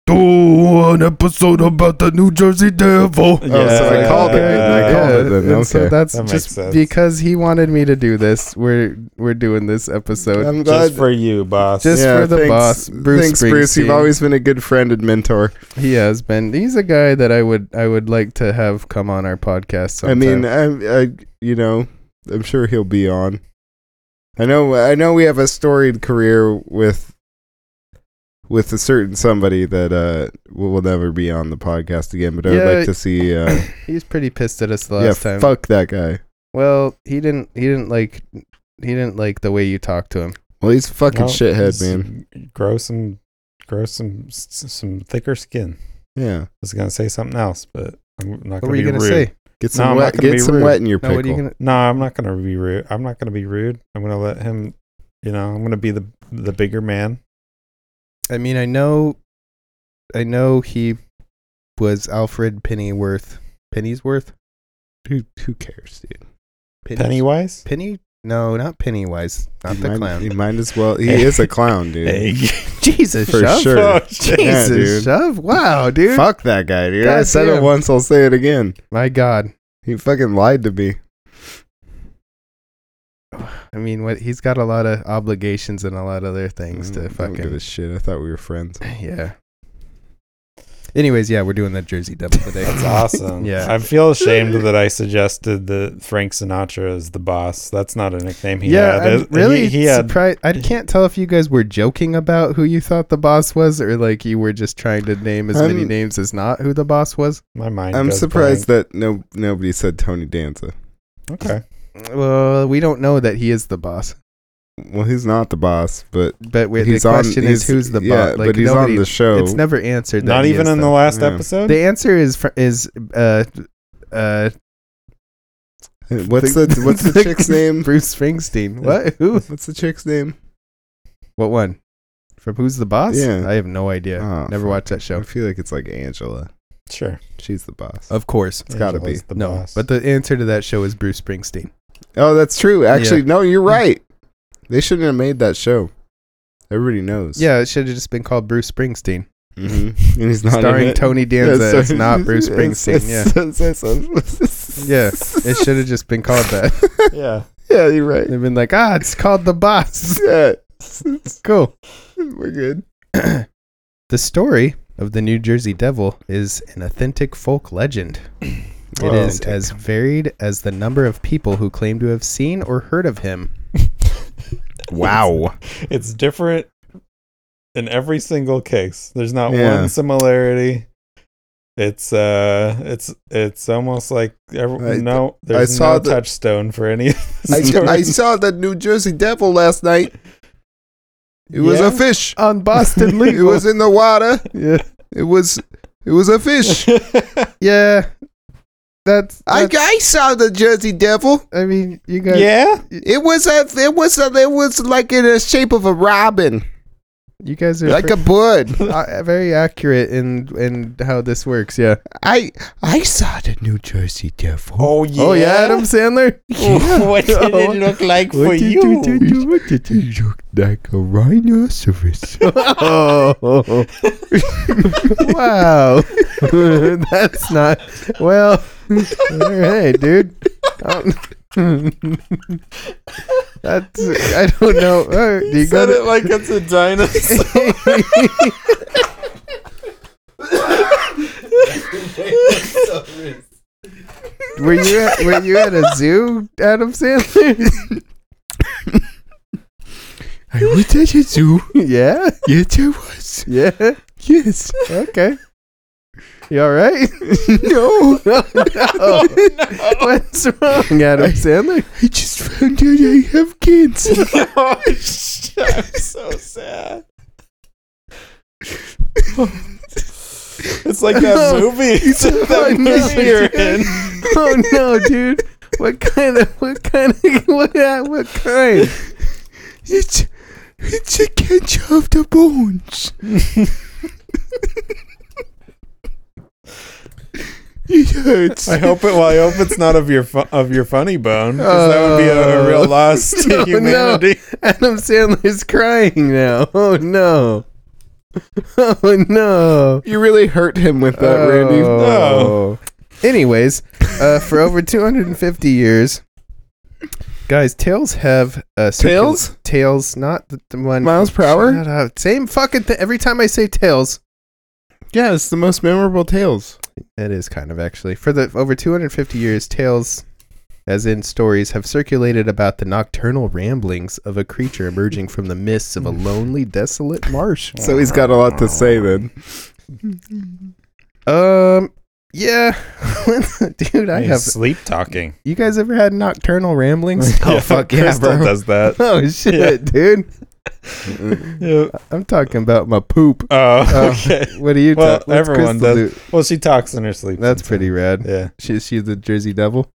[SPEAKER 1] do an episode about the New Jersey Devil.
[SPEAKER 3] Oh, so I
[SPEAKER 2] Yeah.
[SPEAKER 3] called it. I called it then.
[SPEAKER 1] and so
[SPEAKER 3] Okay.
[SPEAKER 1] that's
[SPEAKER 2] That makes
[SPEAKER 1] just
[SPEAKER 2] sense.
[SPEAKER 1] because he wanted me to do this. We're we're doing this episode.
[SPEAKER 3] I'm glad.
[SPEAKER 2] Just for you, boss.
[SPEAKER 1] Just for the boss, Bruce
[SPEAKER 3] thanks, Bruce. You've
[SPEAKER 1] Springsteen.
[SPEAKER 3] always been a good friend and mentor.
[SPEAKER 1] he has been. He's a guy that I would I would like to have come on our podcast. Sometime.
[SPEAKER 3] I mean, I, I, you know, I'm sure he'll be on. I know, I know, we have a storied career with with a certain somebody that uh will will never be on the podcast again. But I
[SPEAKER 1] Yeah.
[SPEAKER 3] would like to see. <laughs> Uh,
[SPEAKER 1] he's pretty pissed at us the
[SPEAKER 3] yeah,
[SPEAKER 1] <coughs> last time.
[SPEAKER 3] fuck that guy.
[SPEAKER 1] Well, he didn't. He didn't like. He didn't like the way you talked to him.
[SPEAKER 3] Well, he's a fucking
[SPEAKER 2] No,
[SPEAKER 3] shithead,
[SPEAKER 2] just
[SPEAKER 3] man.
[SPEAKER 2] Grow some, grow some, s- some thicker skin. I
[SPEAKER 3] Yeah,
[SPEAKER 2] was gonna say something else, but I'm not
[SPEAKER 1] What
[SPEAKER 2] gonna
[SPEAKER 1] were
[SPEAKER 2] be
[SPEAKER 1] you gonna
[SPEAKER 2] rude.
[SPEAKER 1] say?
[SPEAKER 3] get
[SPEAKER 2] No,
[SPEAKER 3] some
[SPEAKER 2] I'm not
[SPEAKER 3] wet,
[SPEAKER 2] gonna be
[SPEAKER 3] get some
[SPEAKER 2] rude.
[SPEAKER 3] wet in
[SPEAKER 1] No,
[SPEAKER 3] your pickle.
[SPEAKER 1] what are you gonna?
[SPEAKER 2] No, I'm not gonna be rude. I'm not gonna be rude. I'm gonna let him. You know, I'm gonna be the the bigger man.
[SPEAKER 1] I mean, I know, I know he was Alfred Pennyworth. Pennyworth.
[SPEAKER 3] who, who cares, dude?
[SPEAKER 1] Penny.
[SPEAKER 2] Pennywise.
[SPEAKER 1] Penny. No, not Pennywise. Not
[SPEAKER 3] You
[SPEAKER 1] the
[SPEAKER 3] might,
[SPEAKER 1] clown.
[SPEAKER 3] You might as well. <laughs> He is a clown, dude.
[SPEAKER 1] <laughs>
[SPEAKER 2] <laughs>
[SPEAKER 3] <laughs>
[SPEAKER 1] Jesus,
[SPEAKER 3] For
[SPEAKER 1] shove.
[SPEAKER 3] sure.
[SPEAKER 2] Oh, shit.
[SPEAKER 3] <laughs> Yeah,
[SPEAKER 1] Jesus,
[SPEAKER 3] dude.
[SPEAKER 1] shove. Wow, dude.
[SPEAKER 3] Fuck that guy, dude. I
[SPEAKER 1] God
[SPEAKER 3] said it
[SPEAKER 1] damn.
[SPEAKER 3] once, I'll say it again.
[SPEAKER 1] My God.
[SPEAKER 3] He fucking lied to me.
[SPEAKER 1] I mean, what he's got a lot of obligations and a lot of other things
[SPEAKER 3] Mm, I
[SPEAKER 1] to
[SPEAKER 3] don't give a
[SPEAKER 1] fucking.
[SPEAKER 3] shit. I thought we were friends.
[SPEAKER 1] Yeah. Anyways, <laughs> yeah, we're doing that Jersey <laughs> Devil today.
[SPEAKER 2] That's awesome.
[SPEAKER 1] <laughs> Yeah.
[SPEAKER 2] I feel ashamed that I suggested that Frank Sinatra is the boss. That's not a nickname he
[SPEAKER 1] yeah,
[SPEAKER 2] had.
[SPEAKER 1] I'm
[SPEAKER 2] It-
[SPEAKER 1] really
[SPEAKER 2] He, he had.
[SPEAKER 1] surprised. I can't tell if you guys were joking about who you thought the boss was, or like you were just trying to name as many
[SPEAKER 3] I'm-
[SPEAKER 1] names as not who the boss was.
[SPEAKER 2] My mind.
[SPEAKER 3] I'm
[SPEAKER 2] goes
[SPEAKER 3] surprised that no nobody said Tony Danza.
[SPEAKER 2] blank. Okay.
[SPEAKER 1] Well, we don't know that he is the boss,
[SPEAKER 3] Well, he's not the boss, but
[SPEAKER 1] but we, the
[SPEAKER 3] he's on.
[SPEAKER 1] question
[SPEAKER 3] he's-
[SPEAKER 1] is who's the
[SPEAKER 3] yeah,
[SPEAKER 1] boss. Like
[SPEAKER 3] but he's
[SPEAKER 1] nobody,
[SPEAKER 3] on the show.
[SPEAKER 1] It's never answered. That
[SPEAKER 2] Not
[SPEAKER 1] he
[SPEAKER 2] even
[SPEAKER 1] is,
[SPEAKER 2] in the
[SPEAKER 1] though.
[SPEAKER 2] last
[SPEAKER 3] Yeah.
[SPEAKER 2] episode.
[SPEAKER 1] The answer is fr- is uh uh
[SPEAKER 3] <laughs> what's the What's
[SPEAKER 1] <laughs>
[SPEAKER 3] the chick's name?
[SPEAKER 1] Bruce <laughs> Springsteen. What? Who?
[SPEAKER 3] What's the chick's name?
[SPEAKER 1] What one? From Who's the Boss?
[SPEAKER 3] Yeah.
[SPEAKER 1] I have no idea.
[SPEAKER 3] Oh,
[SPEAKER 1] Never
[SPEAKER 3] fuck.
[SPEAKER 1] watched that
[SPEAKER 3] I
[SPEAKER 1] show.
[SPEAKER 3] feel like it's like Angela.
[SPEAKER 2] sure.
[SPEAKER 3] She's the boss.
[SPEAKER 1] Of course.
[SPEAKER 3] It's gotta
[SPEAKER 2] Angela's
[SPEAKER 3] be.
[SPEAKER 2] the
[SPEAKER 1] no.
[SPEAKER 2] boss.
[SPEAKER 1] But the answer to that show is Bruce Springsteen.
[SPEAKER 3] Oh, that's true. Actually, no, you're
[SPEAKER 1] Mm.
[SPEAKER 3] right. They shouldn't have made that show. Everybody knows.
[SPEAKER 1] Yeah, it should have just been called Bruce Springsteen.
[SPEAKER 3] hmm <laughs> And he's not in
[SPEAKER 1] Starring
[SPEAKER 3] it.
[SPEAKER 1] Tony Danza.
[SPEAKER 3] Yeah, so-
[SPEAKER 1] it's not
[SPEAKER 3] <laughs>
[SPEAKER 1] Bruce
[SPEAKER 3] it's-
[SPEAKER 1] Springsteen. Yeah. <laughs> Yeah. It should have just been called that. <laughs>
[SPEAKER 2] yeah.
[SPEAKER 3] <laughs>
[SPEAKER 2] <laughs>
[SPEAKER 3] yeah, you're right.
[SPEAKER 1] They've been like, ah, it's called The Boss. <laughs>
[SPEAKER 3] <laughs> Yeah,
[SPEAKER 1] Cool.
[SPEAKER 3] we're good.
[SPEAKER 1] The story of the New Jersey Devil is an authentic folk legend. It
[SPEAKER 3] Whoa.
[SPEAKER 1] is as varied as the number of people who claim to have seen or heard of him.
[SPEAKER 3] Wow.
[SPEAKER 2] it's different in every single case. There's not
[SPEAKER 3] Yeah.
[SPEAKER 2] one similarity. It's uh, it's it's almost like every,
[SPEAKER 3] I-
[SPEAKER 2] no, there's
[SPEAKER 3] saw
[SPEAKER 2] no
[SPEAKER 3] the-
[SPEAKER 2] touchstone for any. of the
[SPEAKER 3] <laughs> I, I
[SPEAKER 2] stories.
[SPEAKER 3] saw the New Jersey Devil last night. It was
[SPEAKER 2] Yeah?
[SPEAKER 1] <laughs>
[SPEAKER 3] a fish.
[SPEAKER 1] On Boston
[SPEAKER 3] It
[SPEAKER 1] Legal.
[SPEAKER 3] was in the water.
[SPEAKER 1] yeah.
[SPEAKER 3] It was it was
[SPEAKER 1] <laughs>
[SPEAKER 3] a fish.
[SPEAKER 1] Yeah. That's,
[SPEAKER 3] I,
[SPEAKER 1] that's-
[SPEAKER 3] I saw the Jersey Devil.
[SPEAKER 1] I mean, you guys.
[SPEAKER 2] <laughs> yeah,
[SPEAKER 3] It was a it was a it was like in the shape of a robin,
[SPEAKER 1] You guys are
[SPEAKER 3] like
[SPEAKER 1] <laughs> like
[SPEAKER 3] a bird.
[SPEAKER 1] very accurate in in how this works. Yeah.
[SPEAKER 3] I I saw the New Jersey Devil.
[SPEAKER 2] oh yeah,
[SPEAKER 1] Oh yeah,
[SPEAKER 2] <laughs>
[SPEAKER 1] Adam Sandler.
[SPEAKER 2] what did
[SPEAKER 1] <laughs>
[SPEAKER 2] it look like for you?
[SPEAKER 3] It looked like a rhinoceros.
[SPEAKER 1] Oh. wow. <laughs> That's not well. All right, dude. Um, <laughs> That's I don't know. Uh, do you got
[SPEAKER 2] Said it like it's a dinosaur.
[SPEAKER 1] were you at, were you at a zoo, Adam Sandler?
[SPEAKER 3] I was at a zoo.
[SPEAKER 1] yeah,
[SPEAKER 3] Yes, I was.
[SPEAKER 1] yeah,
[SPEAKER 3] Yes.
[SPEAKER 1] okay. You all right? <laughs>
[SPEAKER 3] no,
[SPEAKER 1] no,
[SPEAKER 3] <laughs>
[SPEAKER 1] What's wrong, Adam Sandler?
[SPEAKER 3] I just found out I have cancer.
[SPEAKER 2] oh, I'm so sad. <laughs> it's like that
[SPEAKER 1] <laughs> Oh,
[SPEAKER 2] movie. It's <laughs> like
[SPEAKER 1] I
[SPEAKER 2] that
[SPEAKER 1] know.
[SPEAKER 2] movie you're in.
[SPEAKER 1] <laughs> Oh no, dude! What kind of what kind of <laughs> what what kind?
[SPEAKER 3] It's it's a catch of the bones. it hurts.
[SPEAKER 2] I hope it. Well, I hope it's not of your fu- of your funny bone. 'cause that would be a, a real loss to
[SPEAKER 1] Uh, <laughs> No, no.
[SPEAKER 2] humanity.
[SPEAKER 1] <laughs> Adam Sandler's crying now. <laughs> Oh no! Oh no!
[SPEAKER 3] <laughs> You really hurt him with that, Randy.
[SPEAKER 1] Oh. Anyways, uh, for over 250 years, guys, tails have uh, circula-
[SPEAKER 3] Tails?
[SPEAKER 1] Tails, not the, the one
[SPEAKER 3] Miles per hour?
[SPEAKER 1] Shut up. Same fucking thing. Every time I say tails,
[SPEAKER 3] Yeah, it's the most memorable tales.
[SPEAKER 1] It is kind of actually. For the over 250 years, tales, as in stories, have circulated about the nocturnal ramblings of a creature emerging from the mists
[SPEAKER 3] Mm.
[SPEAKER 1] of a lonely, desolate marsh.
[SPEAKER 3] So he's got a lot to say then.
[SPEAKER 1] Um, yeah, <laughs> dude, I
[SPEAKER 2] He's
[SPEAKER 1] have.
[SPEAKER 2] sleep talking.
[SPEAKER 1] You guys ever had nocturnal
[SPEAKER 2] <laughs>
[SPEAKER 1] ramblings? Oh fuck yeah,
[SPEAKER 2] Crystal
[SPEAKER 1] bro.
[SPEAKER 2] does that.
[SPEAKER 1] <laughs> Oh shit,
[SPEAKER 2] Yeah.
[SPEAKER 1] dude.
[SPEAKER 2] Yeah.
[SPEAKER 1] I'm talking about my poop.
[SPEAKER 2] Oh,
[SPEAKER 1] Uh,
[SPEAKER 2] okay.
[SPEAKER 1] What are you?
[SPEAKER 2] Well,
[SPEAKER 1] talking?
[SPEAKER 2] everyone does. Well, she talks in her sleep.
[SPEAKER 1] That's pretty rad.
[SPEAKER 2] Yeah.
[SPEAKER 1] She, she's the Jersey Devil.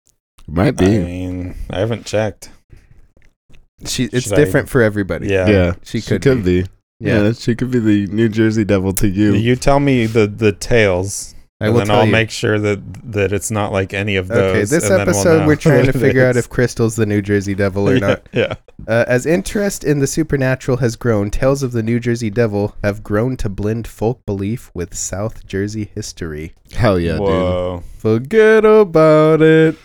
[SPEAKER 3] Might
[SPEAKER 2] I mean, I haven't checked.
[SPEAKER 1] She. It's
[SPEAKER 2] Should I-
[SPEAKER 1] different for everybody.
[SPEAKER 2] Yeah.
[SPEAKER 3] yeah,
[SPEAKER 1] She
[SPEAKER 3] she
[SPEAKER 1] could
[SPEAKER 3] could, be.
[SPEAKER 1] Yeah.
[SPEAKER 3] Yeah. she could be the New Jersey Devil to you.
[SPEAKER 2] You tell me the the tales,
[SPEAKER 1] I
[SPEAKER 2] and
[SPEAKER 1] will
[SPEAKER 2] then
[SPEAKER 1] tell
[SPEAKER 2] I'll
[SPEAKER 1] you.
[SPEAKER 2] make sure that that it's not like any of those.
[SPEAKER 1] Okay, this
[SPEAKER 2] and then we'll
[SPEAKER 1] episode
[SPEAKER 2] know.
[SPEAKER 1] we're trying
[SPEAKER 2] <laughs>
[SPEAKER 1] to
[SPEAKER 2] It
[SPEAKER 1] figure out
[SPEAKER 2] is.
[SPEAKER 1] if Crystal's the New Jersey Devil or
[SPEAKER 2] yeah,
[SPEAKER 1] not.
[SPEAKER 2] Yeah.
[SPEAKER 1] Uh, as interest in the supernatural has grown, tales of the New Jersey Devil have grown to blend folk belief with South Jersey history.
[SPEAKER 3] Hell yeah,
[SPEAKER 2] Whoa.
[SPEAKER 1] Forget about it,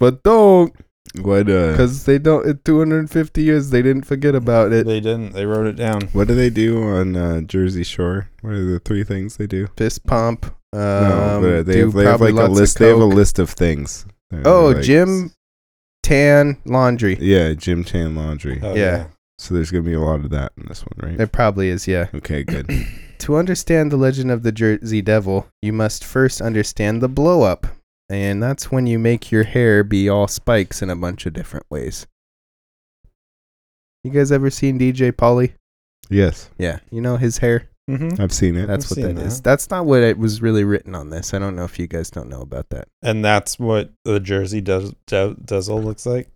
[SPEAKER 1] but don't,
[SPEAKER 3] dude. What uh
[SPEAKER 1] because they don't. In 250 years, they didn't forget about it.
[SPEAKER 2] They didn't. They wrote it down.
[SPEAKER 3] what do they do on uh, Jersey Shore? What are the three things they do?
[SPEAKER 1] Fist pump. Um,
[SPEAKER 3] no, but they
[SPEAKER 1] do
[SPEAKER 3] have, they have
[SPEAKER 1] probably
[SPEAKER 3] like a
[SPEAKER 1] lots of
[SPEAKER 3] list. They have a
[SPEAKER 1] coke.
[SPEAKER 3] list of things. They're
[SPEAKER 1] Oh,
[SPEAKER 3] like-
[SPEAKER 1] Jim, tan, laundry.
[SPEAKER 3] Yeah, Jim Tan Laundry.
[SPEAKER 2] Oh,
[SPEAKER 1] Yeah.
[SPEAKER 3] So there's gonna be a lot of that in this one, right?
[SPEAKER 1] There probably is, yeah.
[SPEAKER 3] Okay,
[SPEAKER 2] <clears throat>
[SPEAKER 3] good.
[SPEAKER 1] To understand the legend of the Jersey Devil, you must first understand the blow up. And that's when you make your hair be all spikes in a bunch of different ways. You guys ever seen DJ Polly?
[SPEAKER 3] yes,
[SPEAKER 1] Yeah. You know his hair?
[SPEAKER 2] Mhm.
[SPEAKER 3] I've seen it.
[SPEAKER 1] That's
[SPEAKER 2] I've
[SPEAKER 1] what
[SPEAKER 2] seen
[SPEAKER 1] that is.
[SPEAKER 2] that.
[SPEAKER 1] That's not what it was really written on this. I don't know if you guys don't know about that.
[SPEAKER 2] And that's what the Jersey Dez- De- Dezel looks like.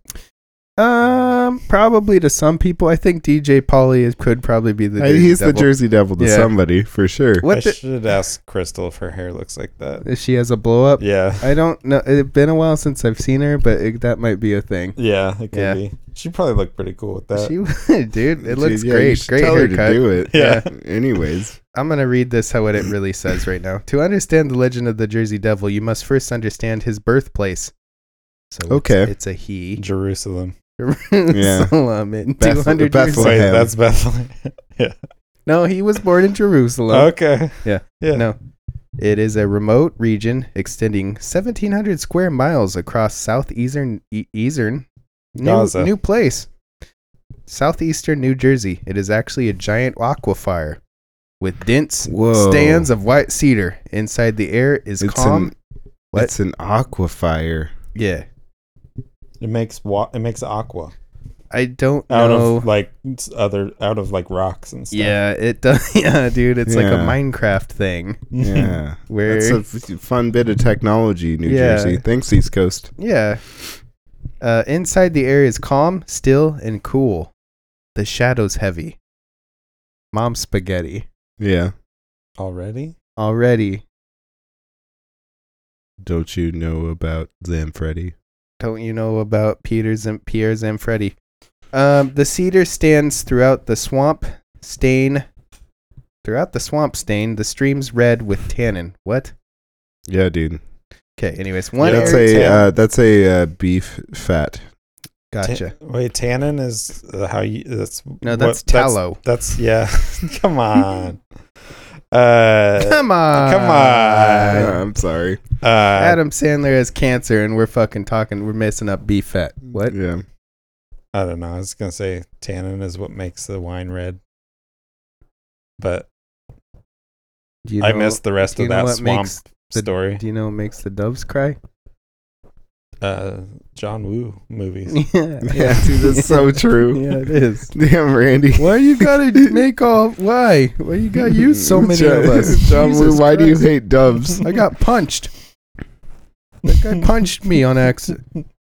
[SPEAKER 1] Um, probably to some people. I think DJ Polly is, could probably be the
[SPEAKER 3] Uh,
[SPEAKER 1] Jersey
[SPEAKER 3] he's
[SPEAKER 1] Devil.
[SPEAKER 3] the Jersey Devil to
[SPEAKER 1] Yeah.
[SPEAKER 3] somebody for sure.
[SPEAKER 2] I
[SPEAKER 1] What the-
[SPEAKER 2] should ask Crystal if her hair looks like that.
[SPEAKER 1] if she has a blow up?
[SPEAKER 2] Yeah.
[SPEAKER 1] I don't know. It's been a while since I've seen her, but it, that might be a thing.
[SPEAKER 2] Yeah, it could
[SPEAKER 1] Yeah.
[SPEAKER 2] be. She probably looked pretty cool with that.
[SPEAKER 1] She <laughs> would, dude. It looks
[SPEAKER 3] Dude, yeah, you
[SPEAKER 1] great.
[SPEAKER 3] should
[SPEAKER 1] Great
[SPEAKER 3] tell her
[SPEAKER 1] haircut.
[SPEAKER 3] to do it.
[SPEAKER 2] Yeah.
[SPEAKER 3] Anyways,
[SPEAKER 1] I'm gonna read this how what it really says right now. To understand the legend of the Jersey Devil, you must first understand his birthplace. So it's-
[SPEAKER 3] Okay.
[SPEAKER 1] it's, a he.
[SPEAKER 2] Jerusalem.
[SPEAKER 1] <laughs> Jerusalem in
[SPEAKER 3] Beth-
[SPEAKER 1] 200 years.
[SPEAKER 3] Bethlehem.
[SPEAKER 2] Wait, that's Bethlehem.
[SPEAKER 1] No, he was born in Jerusalem.
[SPEAKER 2] okay.
[SPEAKER 1] Yeah.
[SPEAKER 2] Yeah.
[SPEAKER 1] No. It is a remote region extending 1,700 square miles across southeastern e- eastern new,
[SPEAKER 2] Gaza.
[SPEAKER 1] new place, southeastern New Jersey. It is actually a giant aquifer with dense
[SPEAKER 3] Whoa.
[SPEAKER 1] stands of white cedar. Inside the air is
[SPEAKER 3] It's
[SPEAKER 1] calm.
[SPEAKER 3] an-
[SPEAKER 1] What?
[SPEAKER 3] it's an
[SPEAKER 1] <laughs>
[SPEAKER 3] aquifer.
[SPEAKER 1] yeah,
[SPEAKER 2] It makes wa- it makes aqua
[SPEAKER 1] I don't
[SPEAKER 2] out
[SPEAKER 1] know.
[SPEAKER 2] of like s- other out of like rocks and stuff.
[SPEAKER 1] yeah, it does. <laughs> Yeah, dude, it's like a
[SPEAKER 3] Yeah.
[SPEAKER 1] Minecraft thing
[SPEAKER 3] Yeah,
[SPEAKER 1] where
[SPEAKER 3] that's a f- fun bit of technology, New
[SPEAKER 1] Yeah.
[SPEAKER 3] Jersey. Thanks, East Coast.
[SPEAKER 1] Yeah. Uh, inside the air is calm, still, and cool. The shadows heavy. Mom spaghetti
[SPEAKER 3] Yeah.
[SPEAKER 2] <laughs> Already?
[SPEAKER 1] already.
[SPEAKER 3] Don't you know about Zamfreddy?
[SPEAKER 1] Don't you know about Peter's and Pierre's and Freddy? Um, the cedar stands throughout the swamp stain. Throughout the swamp stain, the stream's red with tannin. What?
[SPEAKER 3] Yeah, dude.
[SPEAKER 1] Okay. Anyways, one.
[SPEAKER 2] Yeah,
[SPEAKER 3] that's
[SPEAKER 1] area-
[SPEAKER 3] a
[SPEAKER 2] tan.
[SPEAKER 3] uh, that's a uh, beef fat.
[SPEAKER 1] gotcha.
[SPEAKER 2] Ta- wait, tannin is uh, how you. That's <laughs>
[SPEAKER 1] no, that's tallow.
[SPEAKER 2] That's, yeah. Come on.
[SPEAKER 1] <laughs>
[SPEAKER 2] Uh,
[SPEAKER 1] Come on.
[SPEAKER 2] come on.
[SPEAKER 3] Uh, <laughs> I'm sorry.
[SPEAKER 2] uh,
[SPEAKER 1] Adam Sandler has cancer, and we're fucking talking. We're messing up beef fat. What? <laughs>
[SPEAKER 3] Yeah.
[SPEAKER 2] I don't know. I was gonna say tannin is what makes the wine red, but
[SPEAKER 1] Do you
[SPEAKER 2] I
[SPEAKER 1] know-
[SPEAKER 2] missed the rest
[SPEAKER 1] do you
[SPEAKER 2] of
[SPEAKER 1] know
[SPEAKER 2] that
[SPEAKER 1] what
[SPEAKER 2] swamp
[SPEAKER 1] makes the-
[SPEAKER 2] story.
[SPEAKER 1] Do you know what makes the doves
[SPEAKER 3] <laughs>
[SPEAKER 1] cry? <laughs>
[SPEAKER 2] Uh, John Woo movies.
[SPEAKER 1] yeah,
[SPEAKER 3] <laughs> Yeah,
[SPEAKER 1] <laughs>
[SPEAKER 3] dude, that's so true.
[SPEAKER 1] yeah, it is.
[SPEAKER 3] <laughs> Damn, Randy.
[SPEAKER 1] Why you
[SPEAKER 3] <laughs>
[SPEAKER 1] gotta make all? Why? Why you got you so many
[SPEAKER 3] John,
[SPEAKER 1] of us?
[SPEAKER 3] John Woo,
[SPEAKER 1] Jesus
[SPEAKER 3] why do you
[SPEAKER 1] Christ.
[SPEAKER 3] hate doves?
[SPEAKER 1] I got punched. <laughs> That guy punched me on accident.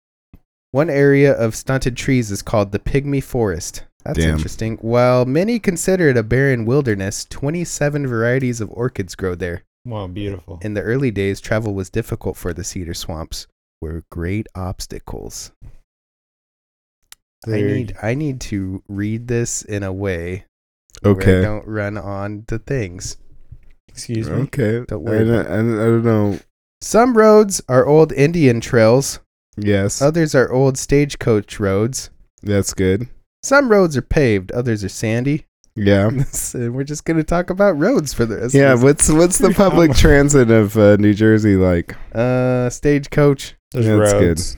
[SPEAKER 1] One area of stunted trees is called the pygmy forest. That's
[SPEAKER 3] Damn.
[SPEAKER 1] interesting. While many consider it a barren wilderness, 27 varieties of orchids grow there.
[SPEAKER 2] <laughs> Wow, beautiful.
[SPEAKER 1] In the early days, travel was difficult for the cedar swamps, were great obstacles. I
[SPEAKER 2] There-
[SPEAKER 1] need I need to read this in a way where I
[SPEAKER 3] Okay.
[SPEAKER 1] don't run on to things.
[SPEAKER 2] Excuse me.
[SPEAKER 3] Okay.
[SPEAKER 1] Don't
[SPEAKER 3] I
[SPEAKER 1] worry.
[SPEAKER 3] don't, I don't- I don't know.
[SPEAKER 1] Some roads are old Indian trails,
[SPEAKER 3] Yes.
[SPEAKER 1] Others are old stagecoach roads.
[SPEAKER 3] That's good.
[SPEAKER 1] Some roads are paved, others are sandy. <laughs>
[SPEAKER 3] Yeah.
[SPEAKER 1] and we're just going to talk about roads for the rest
[SPEAKER 3] Yeah,
[SPEAKER 1] of this.
[SPEAKER 3] what's what's the public
[SPEAKER 2] Um,
[SPEAKER 3] transit of uh, New Jersey like?
[SPEAKER 1] Uh, stagecoach.
[SPEAKER 2] There's
[SPEAKER 3] Yeah, that's good.
[SPEAKER 2] roads.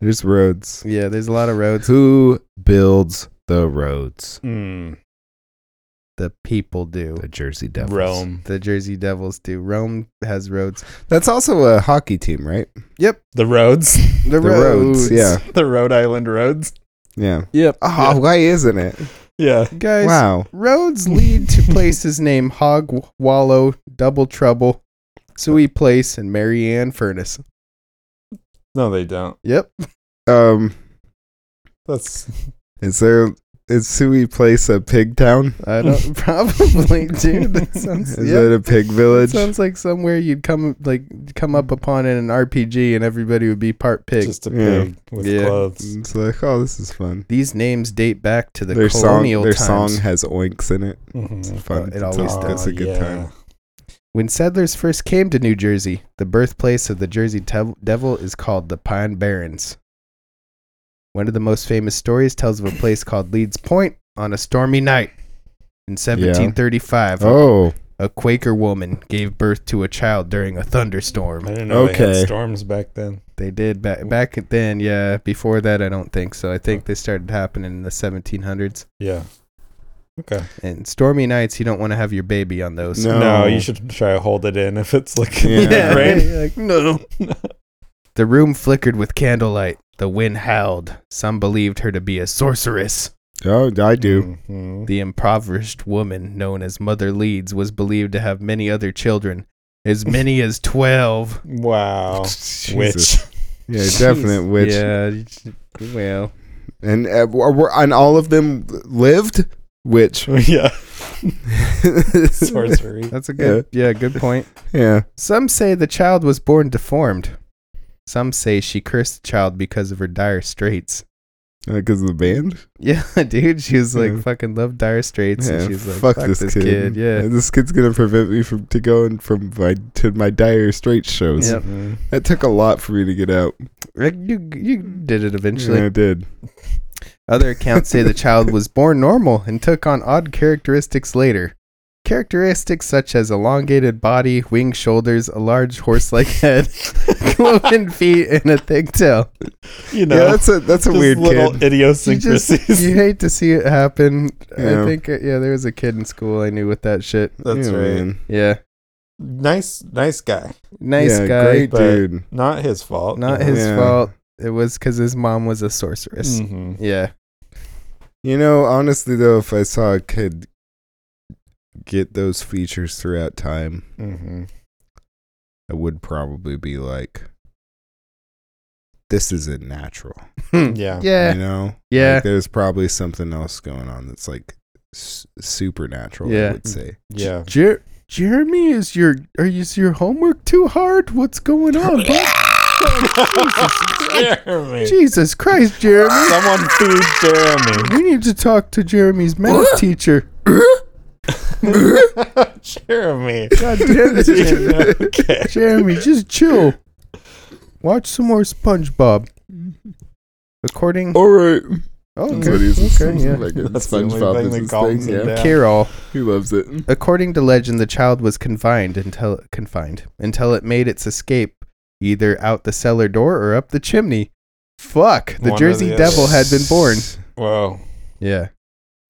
[SPEAKER 3] There's roads.
[SPEAKER 1] Yeah, there's a lot of roads.
[SPEAKER 3] Who builds the roads?
[SPEAKER 2] Mm,
[SPEAKER 1] The people do.
[SPEAKER 3] Jersey
[SPEAKER 2] Rome.
[SPEAKER 1] The Jersey Devils do. Rome has roads.
[SPEAKER 3] That's also a hockey team, right?
[SPEAKER 2] The roads. <laughs>
[SPEAKER 1] The,
[SPEAKER 3] The roads, yeah.
[SPEAKER 2] the Rhode Island roads.
[SPEAKER 3] Yeah.
[SPEAKER 2] Yep.
[SPEAKER 3] Oh, why isn't it?
[SPEAKER 2] Yeah.
[SPEAKER 1] Guys,
[SPEAKER 3] Wow.
[SPEAKER 1] roads lead to places named Hog Wallow, Double Trouble, Suey Place, and Marianne Furnace.
[SPEAKER 2] No, they don't.
[SPEAKER 1] Yep.
[SPEAKER 3] Um,
[SPEAKER 2] That's <laughs>
[SPEAKER 3] is there is Suey Place a pig town?
[SPEAKER 1] I
[SPEAKER 3] <laughs>
[SPEAKER 1] don't probably do. That sounds
[SPEAKER 3] Is
[SPEAKER 1] yeah.
[SPEAKER 3] that a pig village?
[SPEAKER 1] Sounds like somewhere you'd come like come up upon in an RPG and everybody would be part pig.
[SPEAKER 2] just a
[SPEAKER 3] Yeah.
[SPEAKER 2] pig with
[SPEAKER 1] Yeah.
[SPEAKER 2] clothes.
[SPEAKER 3] It's like, oh, this is fun.
[SPEAKER 1] These names date back to the
[SPEAKER 3] their song,
[SPEAKER 1] colonial
[SPEAKER 3] their
[SPEAKER 1] times
[SPEAKER 3] song has oinks in it. It's
[SPEAKER 2] Mhm.
[SPEAKER 3] fun.
[SPEAKER 1] it
[SPEAKER 3] It's
[SPEAKER 1] always
[SPEAKER 3] a-
[SPEAKER 1] does.
[SPEAKER 3] It's a good
[SPEAKER 2] yeah.
[SPEAKER 3] time.
[SPEAKER 1] when settlers first came to New Jersey. The birthplace of the Jersey Tev- Devil is called the Pine Barrens. One of the most famous stories tells of a place called Leeds Point on a stormy night in 1735.
[SPEAKER 3] Oh,
[SPEAKER 1] A Quaker woman gave birth to a child during a
[SPEAKER 2] I
[SPEAKER 1] thunderstorm.
[SPEAKER 2] didn't know they
[SPEAKER 3] Okay.
[SPEAKER 2] had storms back then.
[SPEAKER 1] They did back back then, yeah. Before that, I don't think so. I think they started happening in the 1700s.
[SPEAKER 2] Yeah. Okay.
[SPEAKER 1] And stormy nights, you don't want to have your baby on those.
[SPEAKER 3] No.
[SPEAKER 2] No, you should try to hold it in if it's like
[SPEAKER 1] <laughs>
[SPEAKER 3] Yeah.
[SPEAKER 2] <laughs>
[SPEAKER 1] Yeah,
[SPEAKER 3] <laughs>
[SPEAKER 2] rain.
[SPEAKER 1] like, no. <laughs> The room flickered with candlelight. The wind howled. Some believed her to be a sorceress.
[SPEAKER 3] oh, I do. Mm-hmm.
[SPEAKER 2] Mhm.
[SPEAKER 1] The impoverished woman, known as Mother Leeds, was believed to have many other children, <laughs> as many as twelve.
[SPEAKER 2] Wow.
[SPEAKER 3] <laughs> Jesus.
[SPEAKER 2] Oh, Witch.
[SPEAKER 3] Yeah, definite witch.
[SPEAKER 1] Yeah, you should- well,
[SPEAKER 3] And uh, were, were- and all of them lived. Witch.
[SPEAKER 1] <laughs>
[SPEAKER 2] <laughs> yeah. Sorcery.
[SPEAKER 1] that's a good, yeah, good point.
[SPEAKER 3] <laughs> yeah.
[SPEAKER 1] Some say the child was born deformed. Some say she cursed the child because of her dire straits. <laughs>
[SPEAKER 3] Because Uh, of the band?
[SPEAKER 1] Yeah, dude, she was like
[SPEAKER 3] Yeah.
[SPEAKER 1] fucking love dire straits,
[SPEAKER 3] Yeah,
[SPEAKER 1] and she's like fuck, this, kid. Yeah,
[SPEAKER 3] This kid's going to prevent me from to going from my to my dire straits shows.
[SPEAKER 1] Yep.
[SPEAKER 2] Mhm.
[SPEAKER 3] That took a lot for me to get out.
[SPEAKER 1] Rick, you you did it eventually.
[SPEAKER 3] Yeah, I did.
[SPEAKER 1] Other accounts
[SPEAKER 3] <laughs>
[SPEAKER 1] say the child was born normal and took on odd characteristics later. Characteristics such as elongated body, winged shoulders, a large
[SPEAKER 3] <laughs>
[SPEAKER 1] horse-like
[SPEAKER 2] <laughs>
[SPEAKER 1] head, <laughs> cloven feet, and a thick tail.
[SPEAKER 2] You
[SPEAKER 3] Yeah,
[SPEAKER 2] know,
[SPEAKER 3] that's a that's a
[SPEAKER 2] just
[SPEAKER 3] weird
[SPEAKER 2] little
[SPEAKER 3] kid.
[SPEAKER 1] You just
[SPEAKER 2] idiosyncrasies.
[SPEAKER 1] you hate to see it happen. I
[SPEAKER 3] Yeah.
[SPEAKER 1] think uh, yeah, there was a kid in school I knew with that shit.
[SPEAKER 2] <laughs> That's
[SPEAKER 3] Yeah,
[SPEAKER 2] right.
[SPEAKER 3] man.
[SPEAKER 1] Yeah.
[SPEAKER 2] Nice, nice guy.
[SPEAKER 1] Nice
[SPEAKER 3] Yeah,
[SPEAKER 1] guy.
[SPEAKER 3] great
[SPEAKER 2] but-
[SPEAKER 3] dude.
[SPEAKER 2] Not his fault.
[SPEAKER 1] Not
[SPEAKER 2] you
[SPEAKER 1] his
[SPEAKER 2] know.
[SPEAKER 3] Yeah. Hmm.
[SPEAKER 1] fault. It was because his mom was a sorceress.
[SPEAKER 2] Mhm.
[SPEAKER 3] <laughs>
[SPEAKER 1] Yeah.
[SPEAKER 3] You know, honestly though, if I saw a kid get those features throughout time, <laughs>
[SPEAKER 2] Mhm.
[SPEAKER 3] I would probably be like, "This isn't natural."
[SPEAKER 2] Yeah.
[SPEAKER 1] Hmm. Yeah.
[SPEAKER 3] You know,
[SPEAKER 1] Yeah.
[SPEAKER 3] Like, there's probably something else going on that's like s- supernatural.
[SPEAKER 1] Yeah.
[SPEAKER 3] I would say.
[SPEAKER 2] Yeah.
[SPEAKER 1] Jer- Jeremy, is your are you is your homework too hard? What's going on? bud?
[SPEAKER 2] <laughs> Jeremy.
[SPEAKER 1] Jesus Christ, Jeremy!
[SPEAKER 2] Someone feed Jeremy.
[SPEAKER 1] We need to talk to Jeremy's math teacher.
[SPEAKER 2] <laughs> Jeremy.
[SPEAKER 1] God damn
[SPEAKER 2] <laughs>
[SPEAKER 1] it, Jeremy.
[SPEAKER 2] okay.
[SPEAKER 1] Jeremy, just chill. Watch some more SpongeBob. According
[SPEAKER 3] <laughs> All right.
[SPEAKER 1] Oh,
[SPEAKER 3] That's what he's
[SPEAKER 1] okay, yeah.
[SPEAKER 3] Like,
[SPEAKER 2] That's the only
[SPEAKER 3] SpongeBob
[SPEAKER 2] thing
[SPEAKER 3] is
[SPEAKER 2] that
[SPEAKER 3] his
[SPEAKER 2] calms
[SPEAKER 3] thing.
[SPEAKER 2] him
[SPEAKER 3] Yeah.
[SPEAKER 2] down.
[SPEAKER 1] Carol.
[SPEAKER 3] He loves it.
[SPEAKER 1] According to legend, the child was confined until confined until it made its escape, either out the cellar door or up the chimney. Fuck! The
[SPEAKER 2] One or
[SPEAKER 1] Jersey
[SPEAKER 2] the other.
[SPEAKER 1] Devil had been born.
[SPEAKER 2] Wow.
[SPEAKER 1] Yeah.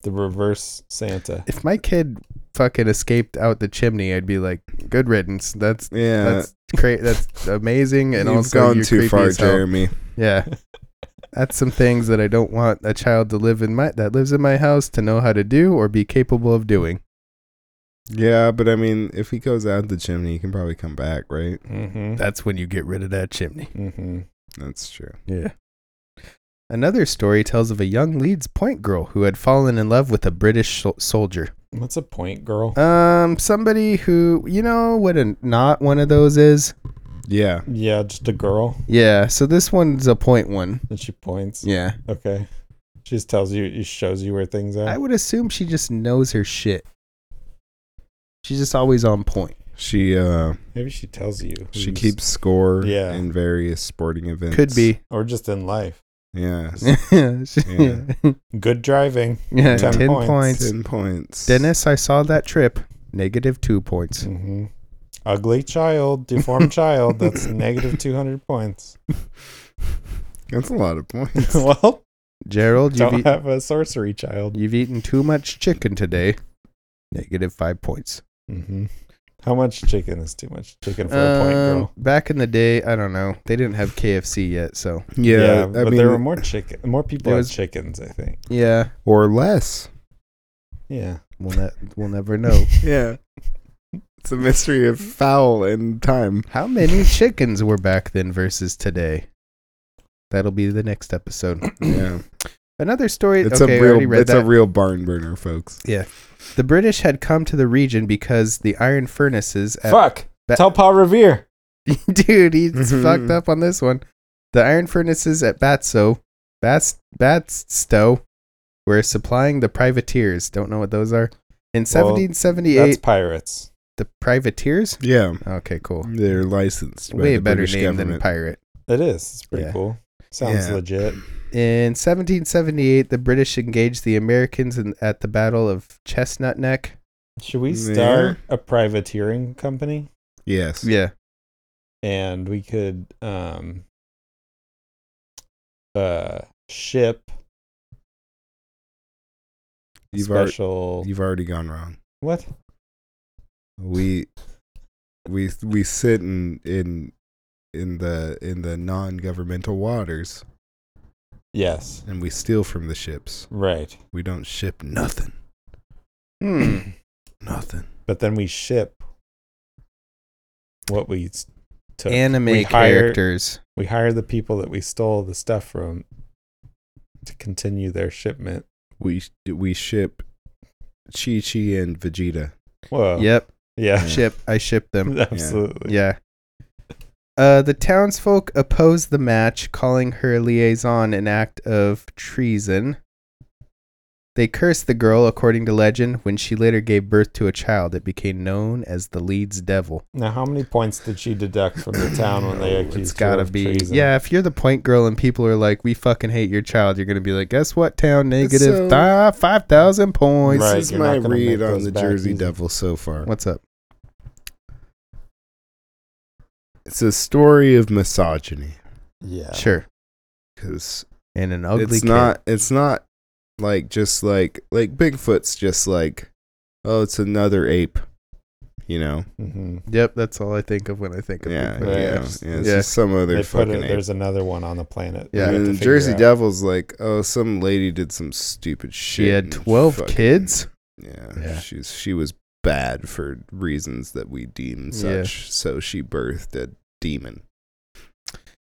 [SPEAKER 2] The reverse Santa.
[SPEAKER 1] If my kid fucking escaped out the chimney, I'd be like, "Good riddance." That's
[SPEAKER 3] Yeah.
[SPEAKER 1] that's cra- that's amazing, and
[SPEAKER 3] <laughs> You've
[SPEAKER 1] also
[SPEAKER 3] gone
[SPEAKER 1] you're
[SPEAKER 3] too
[SPEAKER 1] creepy
[SPEAKER 3] far,
[SPEAKER 1] as hell.
[SPEAKER 3] Jeremy.
[SPEAKER 1] Yeah. That's some things that I don't want a child to live in my that lives in my house to know how to do or be capable of doing.
[SPEAKER 3] Yeah, but I mean, if he goes out the chimney, he can probably come back, right?
[SPEAKER 2] Mm-hmm.
[SPEAKER 1] That's when you get rid of that chimney.
[SPEAKER 2] Mm-hmm.
[SPEAKER 3] That's true.
[SPEAKER 1] Yeah. Another story tells of a young Leeds Point girl who had fallen in love with a British sol- soldier.
[SPEAKER 2] What's a point, girl?
[SPEAKER 1] Um, somebody who you know what a not one of those is.
[SPEAKER 3] Yeah.
[SPEAKER 2] yeah, just a girl.
[SPEAKER 1] Yeah. So this one's a point one.
[SPEAKER 2] And she points.
[SPEAKER 1] Yeah.
[SPEAKER 2] Okay. She just tells you, she shows you where things are.
[SPEAKER 1] I would assume she just knows her shit. She's just always on point.
[SPEAKER 3] She uh
[SPEAKER 2] Maybe she tells you.
[SPEAKER 3] she
[SPEAKER 2] who's-
[SPEAKER 3] keeps score
[SPEAKER 2] Yeah.
[SPEAKER 3] in various sporting events.
[SPEAKER 1] Could be.
[SPEAKER 2] Or just in life.
[SPEAKER 3] Yeah.
[SPEAKER 1] <laughs> yeah.
[SPEAKER 2] Good driving.
[SPEAKER 1] Yeah,
[SPEAKER 2] Ten
[SPEAKER 1] 10
[SPEAKER 2] points.
[SPEAKER 1] points.
[SPEAKER 3] Ten points.
[SPEAKER 1] Dennis, I saw that trip. Negative two points.
[SPEAKER 2] Mm-hmm. Ugly child, deformed child. That's negative 200 points.
[SPEAKER 3] <laughs> That's a lot
[SPEAKER 1] <laughs>
[SPEAKER 3] of points. <laughs>
[SPEAKER 2] well,
[SPEAKER 1] Gerald, you've,
[SPEAKER 2] <laughs> don't
[SPEAKER 1] eat-
[SPEAKER 2] have a sorcery child.
[SPEAKER 1] you've eaten too much chicken today. Negative five points.
[SPEAKER 2] Mm-hmm. How much chicken is too much chicken for a point,
[SPEAKER 1] Um,
[SPEAKER 2] girl?
[SPEAKER 1] Back in the day, I don't know. They didn't have KFC yet, so
[SPEAKER 3] Yeah. I
[SPEAKER 2] but
[SPEAKER 3] mean,
[SPEAKER 2] there were more chicken, more people
[SPEAKER 1] It
[SPEAKER 2] had
[SPEAKER 1] was-
[SPEAKER 2] chickens, I think.
[SPEAKER 1] yeah,
[SPEAKER 3] or less.
[SPEAKER 2] Yeah,
[SPEAKER 1] we'll ne- we'll never
[SPEAKER 2] <laughs>
[SPEAKER 1] know.
[SPEAKER 3] Yeah. It's a mystery of foul and time.
[SPEAKER 1] How many chickens were back then versus today? That'll be the next episode. <laughs>
[SPEAKER 3] Yeah.
[SPEAKER 1] Another story.
[SPEAKER 3] It's
[SPEAKER 1] okay,
[SPEAKER 3] a
[SPEAKER 1] I already
[SPEAKER 3] real
[SPEAKER 1] read
[SPEAKER 3] it's
[SPEAKER 1] that.
[SPEAKER 3] a real barn burner, folks.
[SPEAKER 1] the British had come to the region because the iron furnaces at
[SPEAKER 2] fuck.
[SPEAKER 1] that-
[SPEAKER 2] Tell Paul Revere.
[SPEAKER 1] <laughs> Dude, he's
[SPEAKER 3] <laughs> Mhm.
[SPEAKER 1] fucked up on this one. The iron furnaces at Batso, Bats, Batstow, were supplying the privateers. Don't know what those are. In
[SPEAKER 2] Well, That's
[SPEAKER 1] 1778,
[SPEAKER 2] pirates.
[SPEAKER 1] the privateers.
[SPEAKER 3] Yeah.
[SPEAKER 1] Okay, cool.
[SPEAKER 3] They're licensed. Mm, by
[SPEAKER 1] Way
[SPEAKER 3] the
[SPEAKER 1] better
[SPEAKER 3] British
[SPEAKER 1] name than
[SPEAKER 3] government.
[SPEAKER 1] pirate.
[SPEAKER 2] It is. It's pretty
[SPEAKER 1] Yeah.
[SPEAKER 2] cool. Sounds
[SPEAKER 3] Yeah.
[SPEAKER 2] legit.
[SPEAKER 1] In 1778, the British engaged the Americans in, at the Battle of Chestnut Neck.
[SPEAKER 2] Should we
[SPEAKER 3] Yeah.
[SPEAKER 2] start a privateering company
[SPEAKER 3] Yes.
[SPEAKER 1] Yeah.
[SPEAKER 2] and we could um uh ship
[SPEAKER 3] You've alre-
[SPEAKER 2] special
[SPEAKER 3] You've already gone wrong.
[SPEAKER 2] what?
[SPEAKER 3] we we we sit in in in the in the non-governmental waters
[SPEAKER 2] Yes.
[SPEAKER 3] and we steal from the ships
[SPEAKER 2] Right.
[SPEAKER 3] we don't ship nothing <clears throat>
[SPEAKER 1] Hmm.
[SPEAKER 3] nothing
[SPEAKER 2] But then we ship what we s- took.
[SPEAKER 1] Anime
[SPEAKER 2] we hire-
[SPEAKER 1] characters.
[SPEAKER 2] we hire the people that we stole the stuff from to continue their shipment.
[SPEAKER 3] we we ship chi chi and vegeta
[SPEAKER 2] Whoa.
[SPEAKER 1] Yep. <laughs>
[SPEAKER 2] Yeah.
[SPEAKER 1] Ship. I ship them.
[SPEAKER 2] <laughs> Absolutely.
[SPEAKER 1] Yeah. Uh, the townsfolk opposed the match, calling her liaison an act of treason. They cursed the girl, according to legend. When she later gave birth to a child, it became known as the Leeds Devil.
[SPEAKER 2] Now, how many points did she deduct from the town when they accused
[SPEAKER 1] Oh, it's
[SPEAKER 2] her
[SPEAKER 1] gotta
[SPEAKER 2] of
[SPEAKER 1] be
[SPEAKER 2] treason?
[SPEAKER 1] yeah. If you're the point girl and people are like, "We fucking hate your child," you're gonna be like, "Guess what? Town negative
[SPEAKER 3] so-
[SPEAKER 1] thi- five thousand points."
[SPEAKER 2] Right,
[SPEAKER 3] this is
[SPEAKER 2] you're not
[SPEAKER 3] my
[SPEAKER 2] gonna make
[SPEAKER 3] read on
[SPEAKER 2] those
[SPEAKER 3] the
[SPEAKER 2] back
[SPEAKER 3] jersey
[SPEAKER 2] easy.
[SPEAKER 3] devil so far
[SPEAKER 1] What's up?
[SPEAKER 3] it's a story of misogyny
[SPEAKER 2] Yeah.
[SPEAKER 1] Sure.
[SPEAKER 3] because
[SPEAKER 1] And an ugly.
[SPEAKER 3] it's
[SPEAKER 1] kid.
[SPEAKER 3] not it's not like just like like bigfoot's just like oh it's another ape you know
[SPEAKER 2] Mm-hmm.
[SPEAKER 1] Yep, that's all I think of when I think of.
[SPEAKER 3] yeah,
[SPEAKER 1] Bigfoot.
[SPEAKER 3] yeah,
[SPEAKER 2] Right.
[SPEAKER 3] yeah,
[SPEAKER 2] Just-
[SPEAKER 3] It's
[SPEAKER 1] yeah.
[SPEAKER 3] just some other
[SPEAKER 2] They put
[SPEAKER 3] fucking
[SPEAKER 2] it,
[SPEAKER 3] ape.
[SPEAKER 2] there's another one on the planet.
[SPEAKER 1] Yeah.
[SPEAKER 2] we
[SPEAKER 3] and
[SPEAKER 2] have
[SPEAKER 3] the
[SPEAKER 2] to figure
[SPEAKER 3] Jersey
[SPEAKER 2] out.
[SPEAKER 3] Devil's like, oh, some lady did some stupid shit.
[SPEAKER 1] She had
[SPEAKER 3] and
[SPEAKER 1] twelve
[SPEAKER 3] fucking-
[SPEAKER 1] kids.
[SPEAKER 3] Yeah,
[SPEAKER 1] Yeah.
[SPEAKER 3] she's she was bad for reasons that we deem
[SPEAKER 1] Yeah.
[SPEAKER 3] such. So she birthed a demon.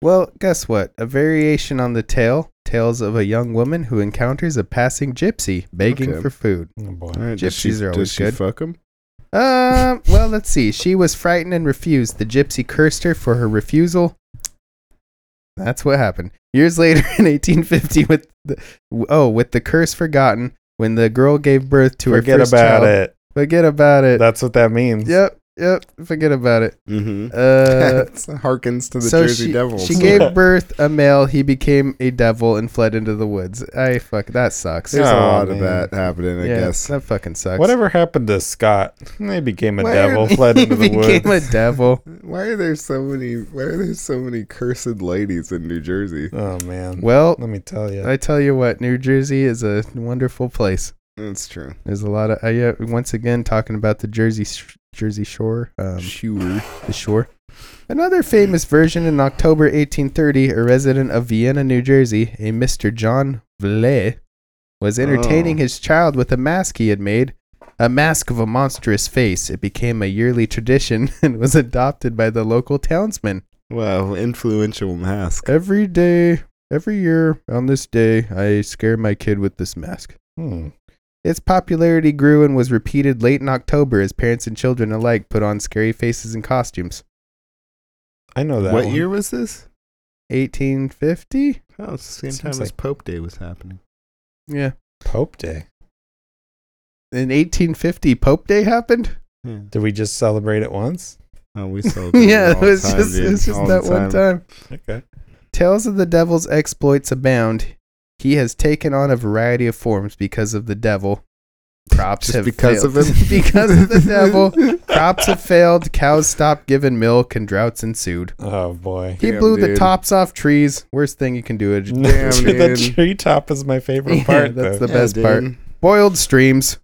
[SPEAKER 1] Well, guess what? A variation on the tale tells of a young woman who encounters a passing gypsy begging
[SPEAKER 3] Okay.
[SPEAKER 1] for food.
[SPEAKER 2] Oh boy.
[SPEAKER 3] All right, does she,
[SPEAKER 1] Gypsies are always
[SPEAKER 3] does she
[SPEAKER 1] good.
[SPEAKER 3] fuck him?
[SPEAKER 1] Um, well, let's see. She was frightened and refused. The gypsy cursed her for her refusal. That's what happened. Years later, <laughs> in 1850, with the, oh, with the curse forgotten, when the girl gave birth to her
[SPEAKER 2] Forget
[SPEAKER 1] first
[SPEAKER 2] about
[SPEAKER 1] child,
[SPEAKER 2] it.
[SPEAKER 1] forget about it.
[SPEAKER 2] That's what that means.
[SPEAKER 1] Yep. Yep. Forget about it.
[SPEAKER 3] Mm-hmm. <laughs>
[SPEAKER 2] <laughs>
[SPEAKER 1] Uh,
[SPEAKER 3] harkens to the
[SPEAKER 1] so
[SPEAKER 3] Jersey
[SPEAKER 1] she,
[SPEAKER 3] Devils.
[SPEAKER 1] she gave birth a male. He became a devil and fled into the woods. I fuck. That sucks.
[SPEAKER 3] <laughs> There's a
[SPEAKER 2] Oh,
[SPEAKER 3] lot of
[SPEAKER 2] man.
[SPEAKER 3] that happening, I
[SPEAKER 1] yeah,
[SPEAKER 3] guess.
[SPEAKER 1] that fucking sucks.
[SPEAKER 2] Whatever happened to Scott? They became a
[SPEAKER 1] <laughs>
[SPEAKER 3] Where
[SPEAKER 2] devil,
[SPEAKER 1] He
[SPEAKER 2] fled into the
[SPEAKER 1] became
[SPEAKER 2] woods.
[SPEAKER 1] a
[SPEAKER 2] <laughs>
[SPEAKER 1] devil.
[SPEAKER 3] Why are there so many? Why are there so many cursed ladies in New Jersey?
[SPEAKER 2] Oh man.
[SPEAKER 1] Well,
[SPEAKER 2] Let me tell you.
[SPEAKER 1] I tell you what, New Jersey is a wonderful place.
[SPEAKER 3] That's true.
[SPEAKER 1] There's a lot of. Uh, yeah, once again, talking about the Jersey Sh- Jersey Shore. Um,
[SPEAKER 3] sure.
[SPEAKER 1] the shore. Another famous version in October 1830, a resident of Vienna, New Jersey, a Mr. John Vley, was entertaining his child with a mask he had made, a mask of a monstrous face. It became a yearly tradition <laughs> and was adopted by the local townsmen.
[SPEAKER 3] Wow, influential mask.
[SPEAKER 1] Every day, every year on this day, I scare my kid with this mask.
[SPEAKER 2] Hmm.
[SPEAKER 1] Its popularity grew and was repeated late in October as parents and children alike put on scary faces and costumes.
[SPEAKER 2] I know that.
[SPEAKER 3] What
[SPEAKER 2] one.
[SPEAKER 3] year was this?
[SPEAKER 1] 1850?
[SPEAKER 3] Oh, it's the same
[SPEAKER 2] Seems
[SPEAKER 3] time as
[SPEAKER 2] like-
[SPEAKER 3] Pope Day was happening.
[SPEAKER 1] Yeah.
[SPEAKER 2] Pope Day.
[SPEAKER 1] In 1850, Pope Day happened.
[SPEAKER 3] Yeah.
[SPEAKER 2] Did we just celebrate it once?
[SPEAKER 1] <laughs>
[SPEAKER 3] Oh, we celebrate.
[SPEAKER 1] yeah,
[SPEAKER 3] yeah,
[SPEAKER 1] it
[SPEAKER 3] all
[SPEAKER 1] was
[SPEAKER 3] the time,
[SPEAKER 1] just
[SPEAKER 3] dude,
[SPEAKER 1] it was just
[SPEAKER 3] all
[SPEAKER 1] that
[SPEAKER 3] the
[SPEAKER 1] one time.
[SPEAKER 2] Okay.
[SPEAKER 1] Tales of the devil's exploits abound. He has taken on a variety of forms because of the devil. Crops
[SPEAKER 3] Just
[SPEAKER 1] have
[SPEAKER 3] because
[SPEAKER 1] failed.
[SPEAKER 3] of
[SPEAKER 1] <laughs>
[SPEAKER 3] him? <laughs>
[SPEAKER 1] because of the devil. Crops have failed. Cows stopped giving milk, and droughts ensued.
[SPEAKER 2] Oh boy.
[SPEAKER 1] He
[SPEAKER 3] Damn,
[SPEAKER 1] blew the
[SPEAKER 3] dude.
[SPEAKER 1] tops off trees. Worst thing you can do. Is
[SPEAKER 3] Damn,
[SPEAKER 2] Dude, <laughs> the
[SPEAKER 3] dude.
[SPEAKER 2] treetop is my favorite
[SPEAKER 1] Yeah,
[SPEAKER 2] part.
[SPEAKER 1] that's
[SPEAKER 2] though.
[SPEAKER 1] the best part. Boiled streams.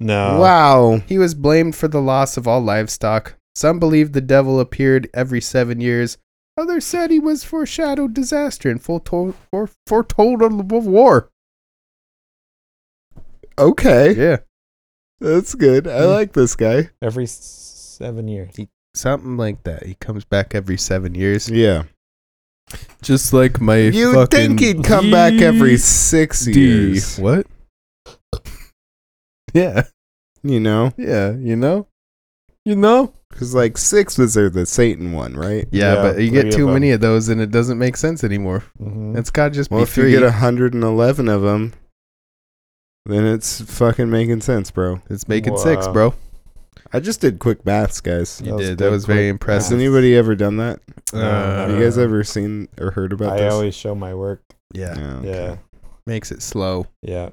[SPEAKER 2] no.
[SPEAKER 3] wow.
[SPEAKER 1] He was blamed for the loss of all livestock. Some believed the devil appeared every seven years. Others said he was foreshadowed disaster and foretold, fore- foretold of of war.
[SPEAKER 3] Okay,
[SPEAKER 1] Yeah,
[SPEAKER 3] Eh. that's good. I
[SPEAKER 1] Mm.
[SPEAKER 3] like this guy.
[SPEAKER 2] Every s- seven years.
[SPEAKER 1] something like that. He comes back every seven years,
[SPEAKER 3] Yeah.
[SPEAKER 1] just like my
[SPEAKER 3] You'd think he'd come back every six years. <laughs>
[SPEAKER 1] What? yeah,
[SPEAKER 3] You know?
[SPEAKER 1] yeah. You know, you know.
[SPEAKER 3] Because, like, six was there the Satan one, right?
[SPEAKER 1] Yeah,
[SPEAKER 2] Yeah,
[SPEAKER 1] but you
[SPEAKER 2] three
[SPEAKER 1] get
[SPEAKER 2] of
[SPEAKER 1] too
[SPEAKER 2] them.
[SPEAKER 1] many of those, and it doesn't make sense anymore.
[SPEAKER 2] Mhm.
[SPEAKER 1] It's got to just
[SPEAKER 3] Hmm. Well,
[SPEAKER 1] be
[SPEAKER 3] if
[SPEAKER 1] three.
[SPEAKER 3] you get 111 of them, then it's fucking making sense, bro.
[SPEAKER 1] it's making six,
[SPEAKER 2] Wow.
[SPEAKER 1] bro.
[SPEAKER 3] I just did quick maths, guys.
[SPEAKER 1] You
[SPEAKER 2] That was
[SPEAKER 1] did.
[SPEAKER 2] good,
[SPEAKER 1] That was very
[SPEAKER 2] quick.
[SPEAKER 1] impressive.
[SPEAKER 3] Has anybody ever done that?
[SPEAKER 1] Uh,
[SPEAKER 3] you guys ever seen or heard about
[SPEAKER 2] I
[SPEAKER 3] this?
[SPEAKER 2] always show my work.
[SPEAKER 1] Yeah.
[SPEAKER 3] No, okay.
[SPEAKER 2] Yeah.
[SPEAKER 1] Makes it slow.
[SPEAKER 2] Yeah.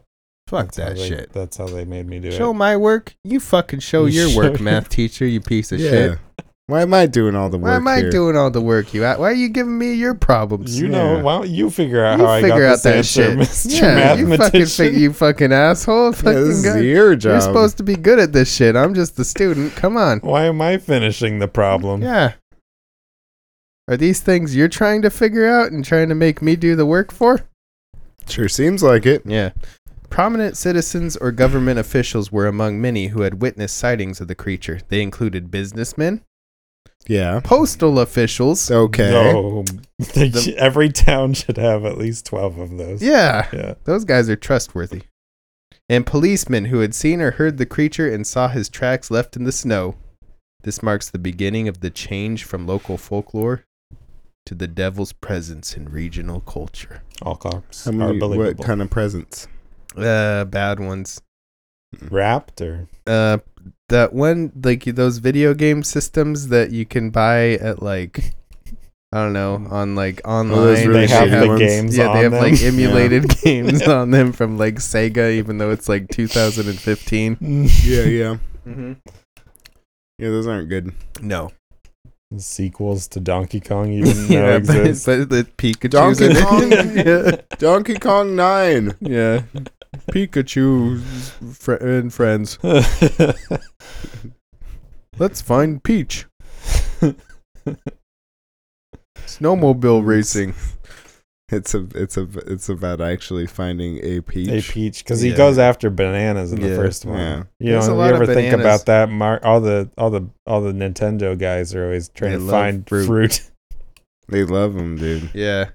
[SPEAKER 1] Fuck
[SPEAKER 2] That's how
[SPEAKER 1] that
[SPEAKER 2] they-
[SPEAKER 1] shit.
[SPEAKER 2] That's how they made me do
[SPEAKER 1] Show
[SPEAKER 2] it.
[SPEAKER 1] my work. You fucking show
[SPEAKER 2] You
[SPEAKER 1] your
[SPEAKER 2] show
[SPEAKER 1] work,
[SPEAKER 2] your-
[SPEAKER 1] math teacher, you piece of
[SPEAKER 3] Yeah.
[SPEAKER 1] shit.
[SPEAKER 3] Why am I doing all the work?
[SPEAKER 1] Why am I
[SPEAKER 3] here?
[SPEAKER 1] doing all the work? You at? Why are you giving me your problems?
[SPEAKER 2] You know,
[SPEAKER 3] Yeah.
[SPEAKER 2] why don't you figure out
[SPEAKER 1] You
[SPEAKER 2] how
[SPEAKER 1] figure
[SPEAKER 2] I got
[SPEAKER 1] out
[SPEAKER 2] this
[SPEAKER 1] that
[SPEAKER 2] answer,
[SPEAKER 1] shit.
[SPEAKER 2] Mr.
[SPEAKER 1] yeah, you fucking,
[SPEAKER 2] Mathematician.
[SPEAKER 1] fig- you fucking asshole.
[SPEAKER 3] Yeah,
[SPEAKER 1] Fucking
[SPEAKER 3] this
[SPEAKER 1] guy.
[SPEAKER 3] is your job.
[SPEAKER 1] You're supposed to be good at this shit. I'm just the student. Come on.
[SPEAKER 2] <laughs> Why am I finishing the problem?
[SPEAKER 1] Yeah. Are these things you're trying to figure out and trying to make me do the work for?
[SPEAKER 3] Sure seems like it.
[SPEAKER 1] Yeah. Prominent citizens or government officials were among many who had witnessed sightings of the creature. They included businessmen,
[SPEAKER 3] Yeah.
[SPEAKER 1] postal officials.
[SPEAKER 3] Okay.
[SPEAKER 2] No, <laughs> They sh- every town should have at least twelve of those.
[SPEAKER 1] Yeah,
[SPEAKER 2] Yeah.
[SPEAKER 1] those guys are trustworthy. And policemen who had seen or heard the creature and saw his tracks left in the snow. This marks the beginning of the change from local folklore to the devil's presence in regional culture.
[SPEAKER 2] All cops
[SPEAKER 3] How
[SPEAKER 2] are
[SPEAKER 3] many, what
[SPEAKER 2] believable.
[SPEAKER 3] kind
[SPEAKER 2] <laughs>
[SPEAKER 3] of presents?
[SPEAKER 1] Uh, bad ones.
[SPEAKER 2] Wrapped or
[SPEAKER 1] Uh, that one, like those video game systems that you can buy at like, I don't know, on like
[SPEAKER 3] Oh, those
[SPEAKER 1] online.
[SPEAKER 3] really
[SPEAKER 2] they have
[SPEAKER 3] shitty
[SPEAKER 2] the
[SPEAKER 3] ones.
[SPEAKER 2] games
[SPEAKER 1] Yeah,
[SPEAKER 2] on
[SPEAKER 1] they have
[SPEAKER 2] them. <laughs>
[SPEAKER 1] like emulated games <laughs> on them from like Sega, even though it's like
[SPEAKER 2] <laughs>
[SPEAKER 1] 2015.
[SPEAKER 3] Yeah, yeah.
[SPEAKER 1] Mm-hmm.
[SPEAKER 3] Yeah, those aren't good.
[SPEAKER 1] No,
[SPEAKER 2] sequels to Donkey Kong you didn't
[SPEAKER 1] <laughs>
[SPEAKER 2] know
[SPEAKER 1] yeah, but,
[SPEAKER 2] exist.
[SPEAKER 1] <laughs> but the Pikachu's
[SPEAKER 3] Donkey
[SPEAKER 1] in it.
[SPEAKER 3] Kong?
[SPEAKER 1] yeah,
[SPEAKER 3] Donkey Kong 9.
[SPEAKER 1] <laughs> yeah. Pikachu fr- and friends. <laughs> Let's find Peach.
[SPEAKER 2] <laughs>
[SPEAKER 1] Snowmobile racing.
[SPEAKER 3] <laughs> It's a it's a it's about actually finding a peach.
[SPEAKER 2] a peach because
[SPEAKER 1] Yeah.
[SPEAKER 2] he goes after bananas in
[SPEAKER 1] Yeah.
[SPEAKER 2] the first one.
[SPEAKER 3] Yeah.
[SPEAKER 2] You
[SPEAKER 1] There's
[SPEAKER 2] know,
[SPEAKER 1] a
[SPEAKER 2] you
[SPEAKER 1] lot of
[SPEAKER 2] ever think
[SPEAKER 1] bananas.
[SPEAKER 2] about that? Mark, all the all the all the Nintendo guys are always trying
[SPEAKER 1] They
[SPEAKER 2] to
[SPEAKER 1] love
[SPEAKER 2] find
[SPEAKER 1] fruit.
[SPEAKER 2] fruit.
[SPEAKER 3] They love them, dude.
[SPEAKER 1] Yeah.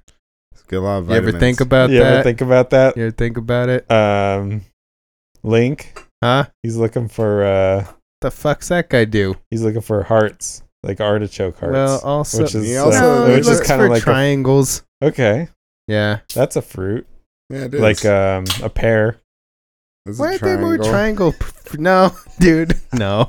[SPEAKER 3] It's got a lot of
[SPEAKER 1] You ever
[SPEAKER 3] vitamins.
[SPEAKER 1] think about
[SPEAKER 2] <laughs> you
[SPEAKER 1] that?
[SPEAKER 2] ever think about that?
[SPEAKER 1] you ever think about it?
[SPEAKER 2] Um, Link,
[SPEAKER 1] Huh?
[SPEAKER 2] he's looking for uh,
[SPEAKER 1] The fuck's that guy do?
[SPEAKER 2] he's looking for hearts, like artichoke hearts.
[SPEAKER 1] Well, also,
[SPEAKER 2] which is
[SPEAKER 3] He
[SPEAKER 2] uh,
[SPEAKER 3] also-
[SPEAKER 1] no,
[SPEAKER 2] which
[SPEAKER 1] he
[SPEAKER 2] is
[SPEAKER 1] looks
[SPEAKER 2] kinda
[SPEAKER 1] for
[SPEAKER 2] like a-
[SPEAKER 1] triangles.
[SPEAKER 2] okay,
[SPEAKER 1] yeah.
[SPEAKER 2] that's a fruit,
[SPEAKER 3] yeah, it is.
[SPEAKER 2] like um, a pear.
[SPEAKER 3] It's a <laughs>
[SPEAKER 1] Why aren't they more <laughs>
[SPEAKER 3] triangle.
[SPEAKER 1] triangle? p- No, dude. No.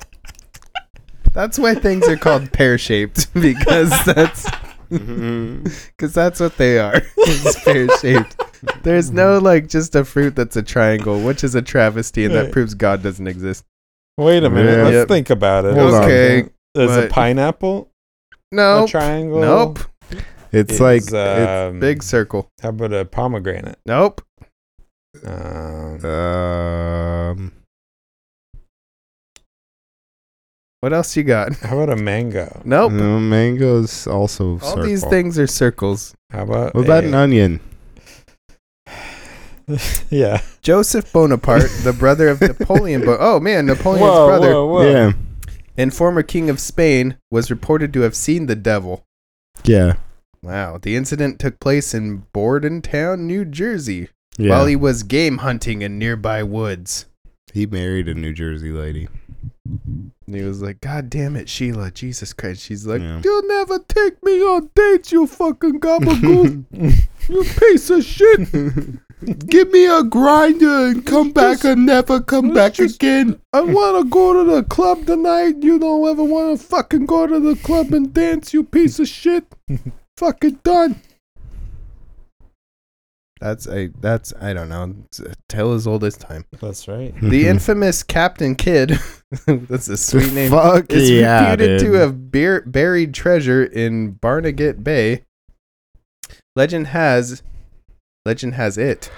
[SPEAKER 1] That's why things are
[SPEAKER 2] <laughs>
[SPEAKER 1] called pear shaped <laughs> because that's
[SPEAKER 3] Mm-hmm.
[SPEAKER 2] Mm-hmm.
[SPEAKER 1] because <laughs> that's what they are. <laughs> It's pear shaped. There's no like just a fruit that's a triangle, which is a travesty, and that
[SPEAKER 2] Right.
[SPEAKER 1] proves God doesn't exist.
[SPEAKER 2] <laughs> Wait a minute.
[SPEAKER 3] Yeah.
[SPEAKER 2] Let's
[SPEAKER 1] Yep.
[SPEAKER 2] think about it.
[SPEAKER 3] Hold on.
[SPEAKER 1] Okay,
[SPEAKER 2] Is a
[SPEAKER 1] but-
[SPEAKER 2] pineapple
[SPEAKER 1] No,
[SPEAKER 2] a triangle?
[SPEAKER 1] nope.
[SPEAKER 3] It's, like it's-
[SPEAKER 2] um,
[SPEAKER 1] Big circle.
[SPEAKER 2] How about a pomegranate?
[SPEAKER 1] Nope.
[SPEAKER 2] Um,
[SPEAKER 3] um,
[SPEAKER 1] What else you got?
[SPEAKER 2] how about a mango?
[SPEAKER 1] Nope.
[SPEAKER 3] no, mangoes also
[SPEAKER 1] All these
[SPEAKER 3] Mm, circle.
[SPEAKER 1] things are circles.
[SPEAKER 2] How about
[SPEAKER 3] What about
[SPEAKER 2] a-
[SPEAKER 3] an onion?
[SPEAKER 2] <laughs> yeah?
[SPEAKER 1] Joseph Bonaparte, the brother of Napoleon. Bo- oh man, Napoleon's
[SPEAKER 2] Whoa,
[SPEAKER 1] brother
[SPEAKER 2] whoa, whoa.
[SPEAKER 3] Yeah,
[SPEAKER 1] and former king of Spain was reported to have seen the devil.
[SPEAKER 3] yeah,
[SPEAKER 1] Wow. The incident took place in Bordentown, New Jersey,
[SPEAKER 3] yeah.
[SPEAKER 1] while he was game hunting in nearby woods.
[SPEAKER 3] he married a New Jersey lady.
[SPEAKER 1] And he was like, God damn it, Sheila. Jesus Christ. She's like,
[SPEAKER 3] Yeah.
[SPEAKER 1] You'll never take me on dates, you
[SPEAKER 3] <laughs>
[SPEAKER 1] fucking gobbledygook. you piece of shit.
[SPEAKER 3] <laughs> Give me a grinder and come back and never come back <laughs> again.
[SPEAKER 1] I want to go to the club tonight. You don't ever want to fucking go to the club and dance, you piece of shit. <laughs> fucking done. That's a that's I don't know. It's a tale as old as
[SPEAKER 2] <laughs>
[SPEAKER 1] time.
[SPEAKER 2] That's right.
[SPEAKER 1] The infamous Captain Kidd. <laughs> that's a sweet name.
[SPEAKER 3] Fuck
[SPEAKER 1] Is
[SPEAKER 3] yeah,
[SPEAKER 1] reputed
[SPEAKER 3] dude.
[SPEAKER 1] to have beer, buried treasure in Barnegat Bay. Legend has, legend has it.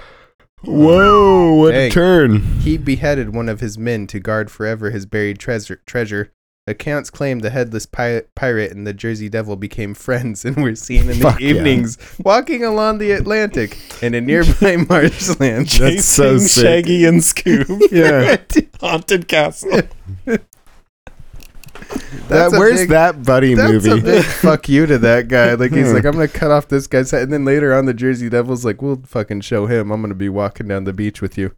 [SPEAKER 3] Whoa, what
[SPEAKER 1] Dang.
[SPEAKER 3] a turn.
[SPEAKER 1] He beheaded one of his men to guard forever his buried treasure. treasure. Accounts claim the headless pi- pirate and the Jersey Devil became friends and were seen in the
[SPEAKER 3] Fuck yeah.
[SPEAKER 1] evenings walking along the Atlantic in a nearby marshland.
[SPEAKER 3] That's so
[SPEAKER 2] Chasing
[SPEAKER 3] sick.
[SPEAKER 2] Shaggy and Scoob,
[SPEAKER 3] <laughs> Yeah.
[SPEAKER 2] haunted castle.
[SPEAKER 1] That's
[SPEAKER 3] that,
[SPEAKER 1] a
[SPEAKER 3] where's
[SPEAKER 1] big-
[SPEAKER 3] that buddy
[SPEAKER 1] That's a
[SPEAKER 3] movie?
[SPEAKER 1] big
[SPEAKER 3] <laughs>
[SPEAKER 1] fuck you to that guy. Like he's
[SPEAKER 3] Hmm.
[SPEAKER 1] like, I'm gonna cut off this guy's head, and then later on, the Jersey Devil's like, we'll fucking show him. I'm gonna be walking down the beach with you,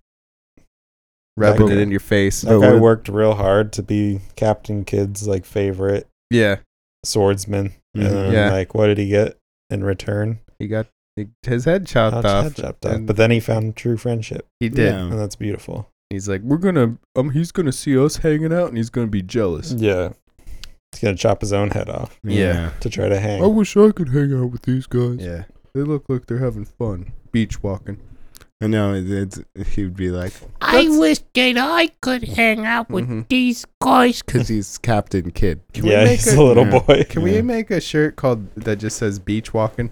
[SPEAKER 1] rubbing
[SPEAKER 2] Like-
[SPEAKER 1] it in your face.
[SPEAKER 2] That
[SPEAKER 3] But
[SPEAKER 2] guy
[SPEAKER 3] what-
[SPEAKER 2] worked real hard to be Captain Kidd's like favorite
[SPEAKER 1] Yeah,
[SPEAKER 2] swordsman.
[SPEAKER 3] Mm-hmm.
[SPEAKER 2] And then,
[SPEAKER 1] Yeah.
[SPEAKER 2] like, what did he get in return?
[SPEAKER 1] he got he- his head chopped
[SPEAKER 2] Chopped
[SPEAKER 1] off.
[SPEAKER 2] head chopped off.
[SPEAKER 1] and-
[SPEAKER 2] But then he found true friendship,
[SPEAKER 1] He did.
[SPEAKER 3] Yeah.
[SPEAKER 2] and that's beautiful.
[SPEAKER 1] He's like, we're gonna, um, he's gonna see us hanging out, and he's gonna be jealous.
[SPEAKER 2] Yeah, he's gonna chop his own head off
[SPEAKER 1] Yeah.
[SPEAKER 2] to try to
[SPEAKER 1] Oh,
[SPEAKER 2] hang.
[SPEAKER 4] I wish I could hang out with these guys.
[SPEAKER 1] Yeah, they look like they're having fun beach walking.
[SPEAKER 3] I know. It's, it's, he would be like,
[SPEAKER 5] I wish that I could hang out with
[SPEAKER 1] Mhm.
[SPEAKER 5] these guys.
[SPEAKER 3] because he's Captain Kid.
[SPEAKER 1] Can we
[SPEAKER 2] yeah,
[SPEAKER 1] make
[SPEAKER 2] he's
[SPEAKER 1] a-
[SPEAKER 2] a, little
[SPEAKER 3] yeah.
[SPEAKER 2] boy.
[SPEAKER 1] Can we
[SPEAKER 3] Yeah.
[SPEAKER 1] make a shirt called that just says beach walking?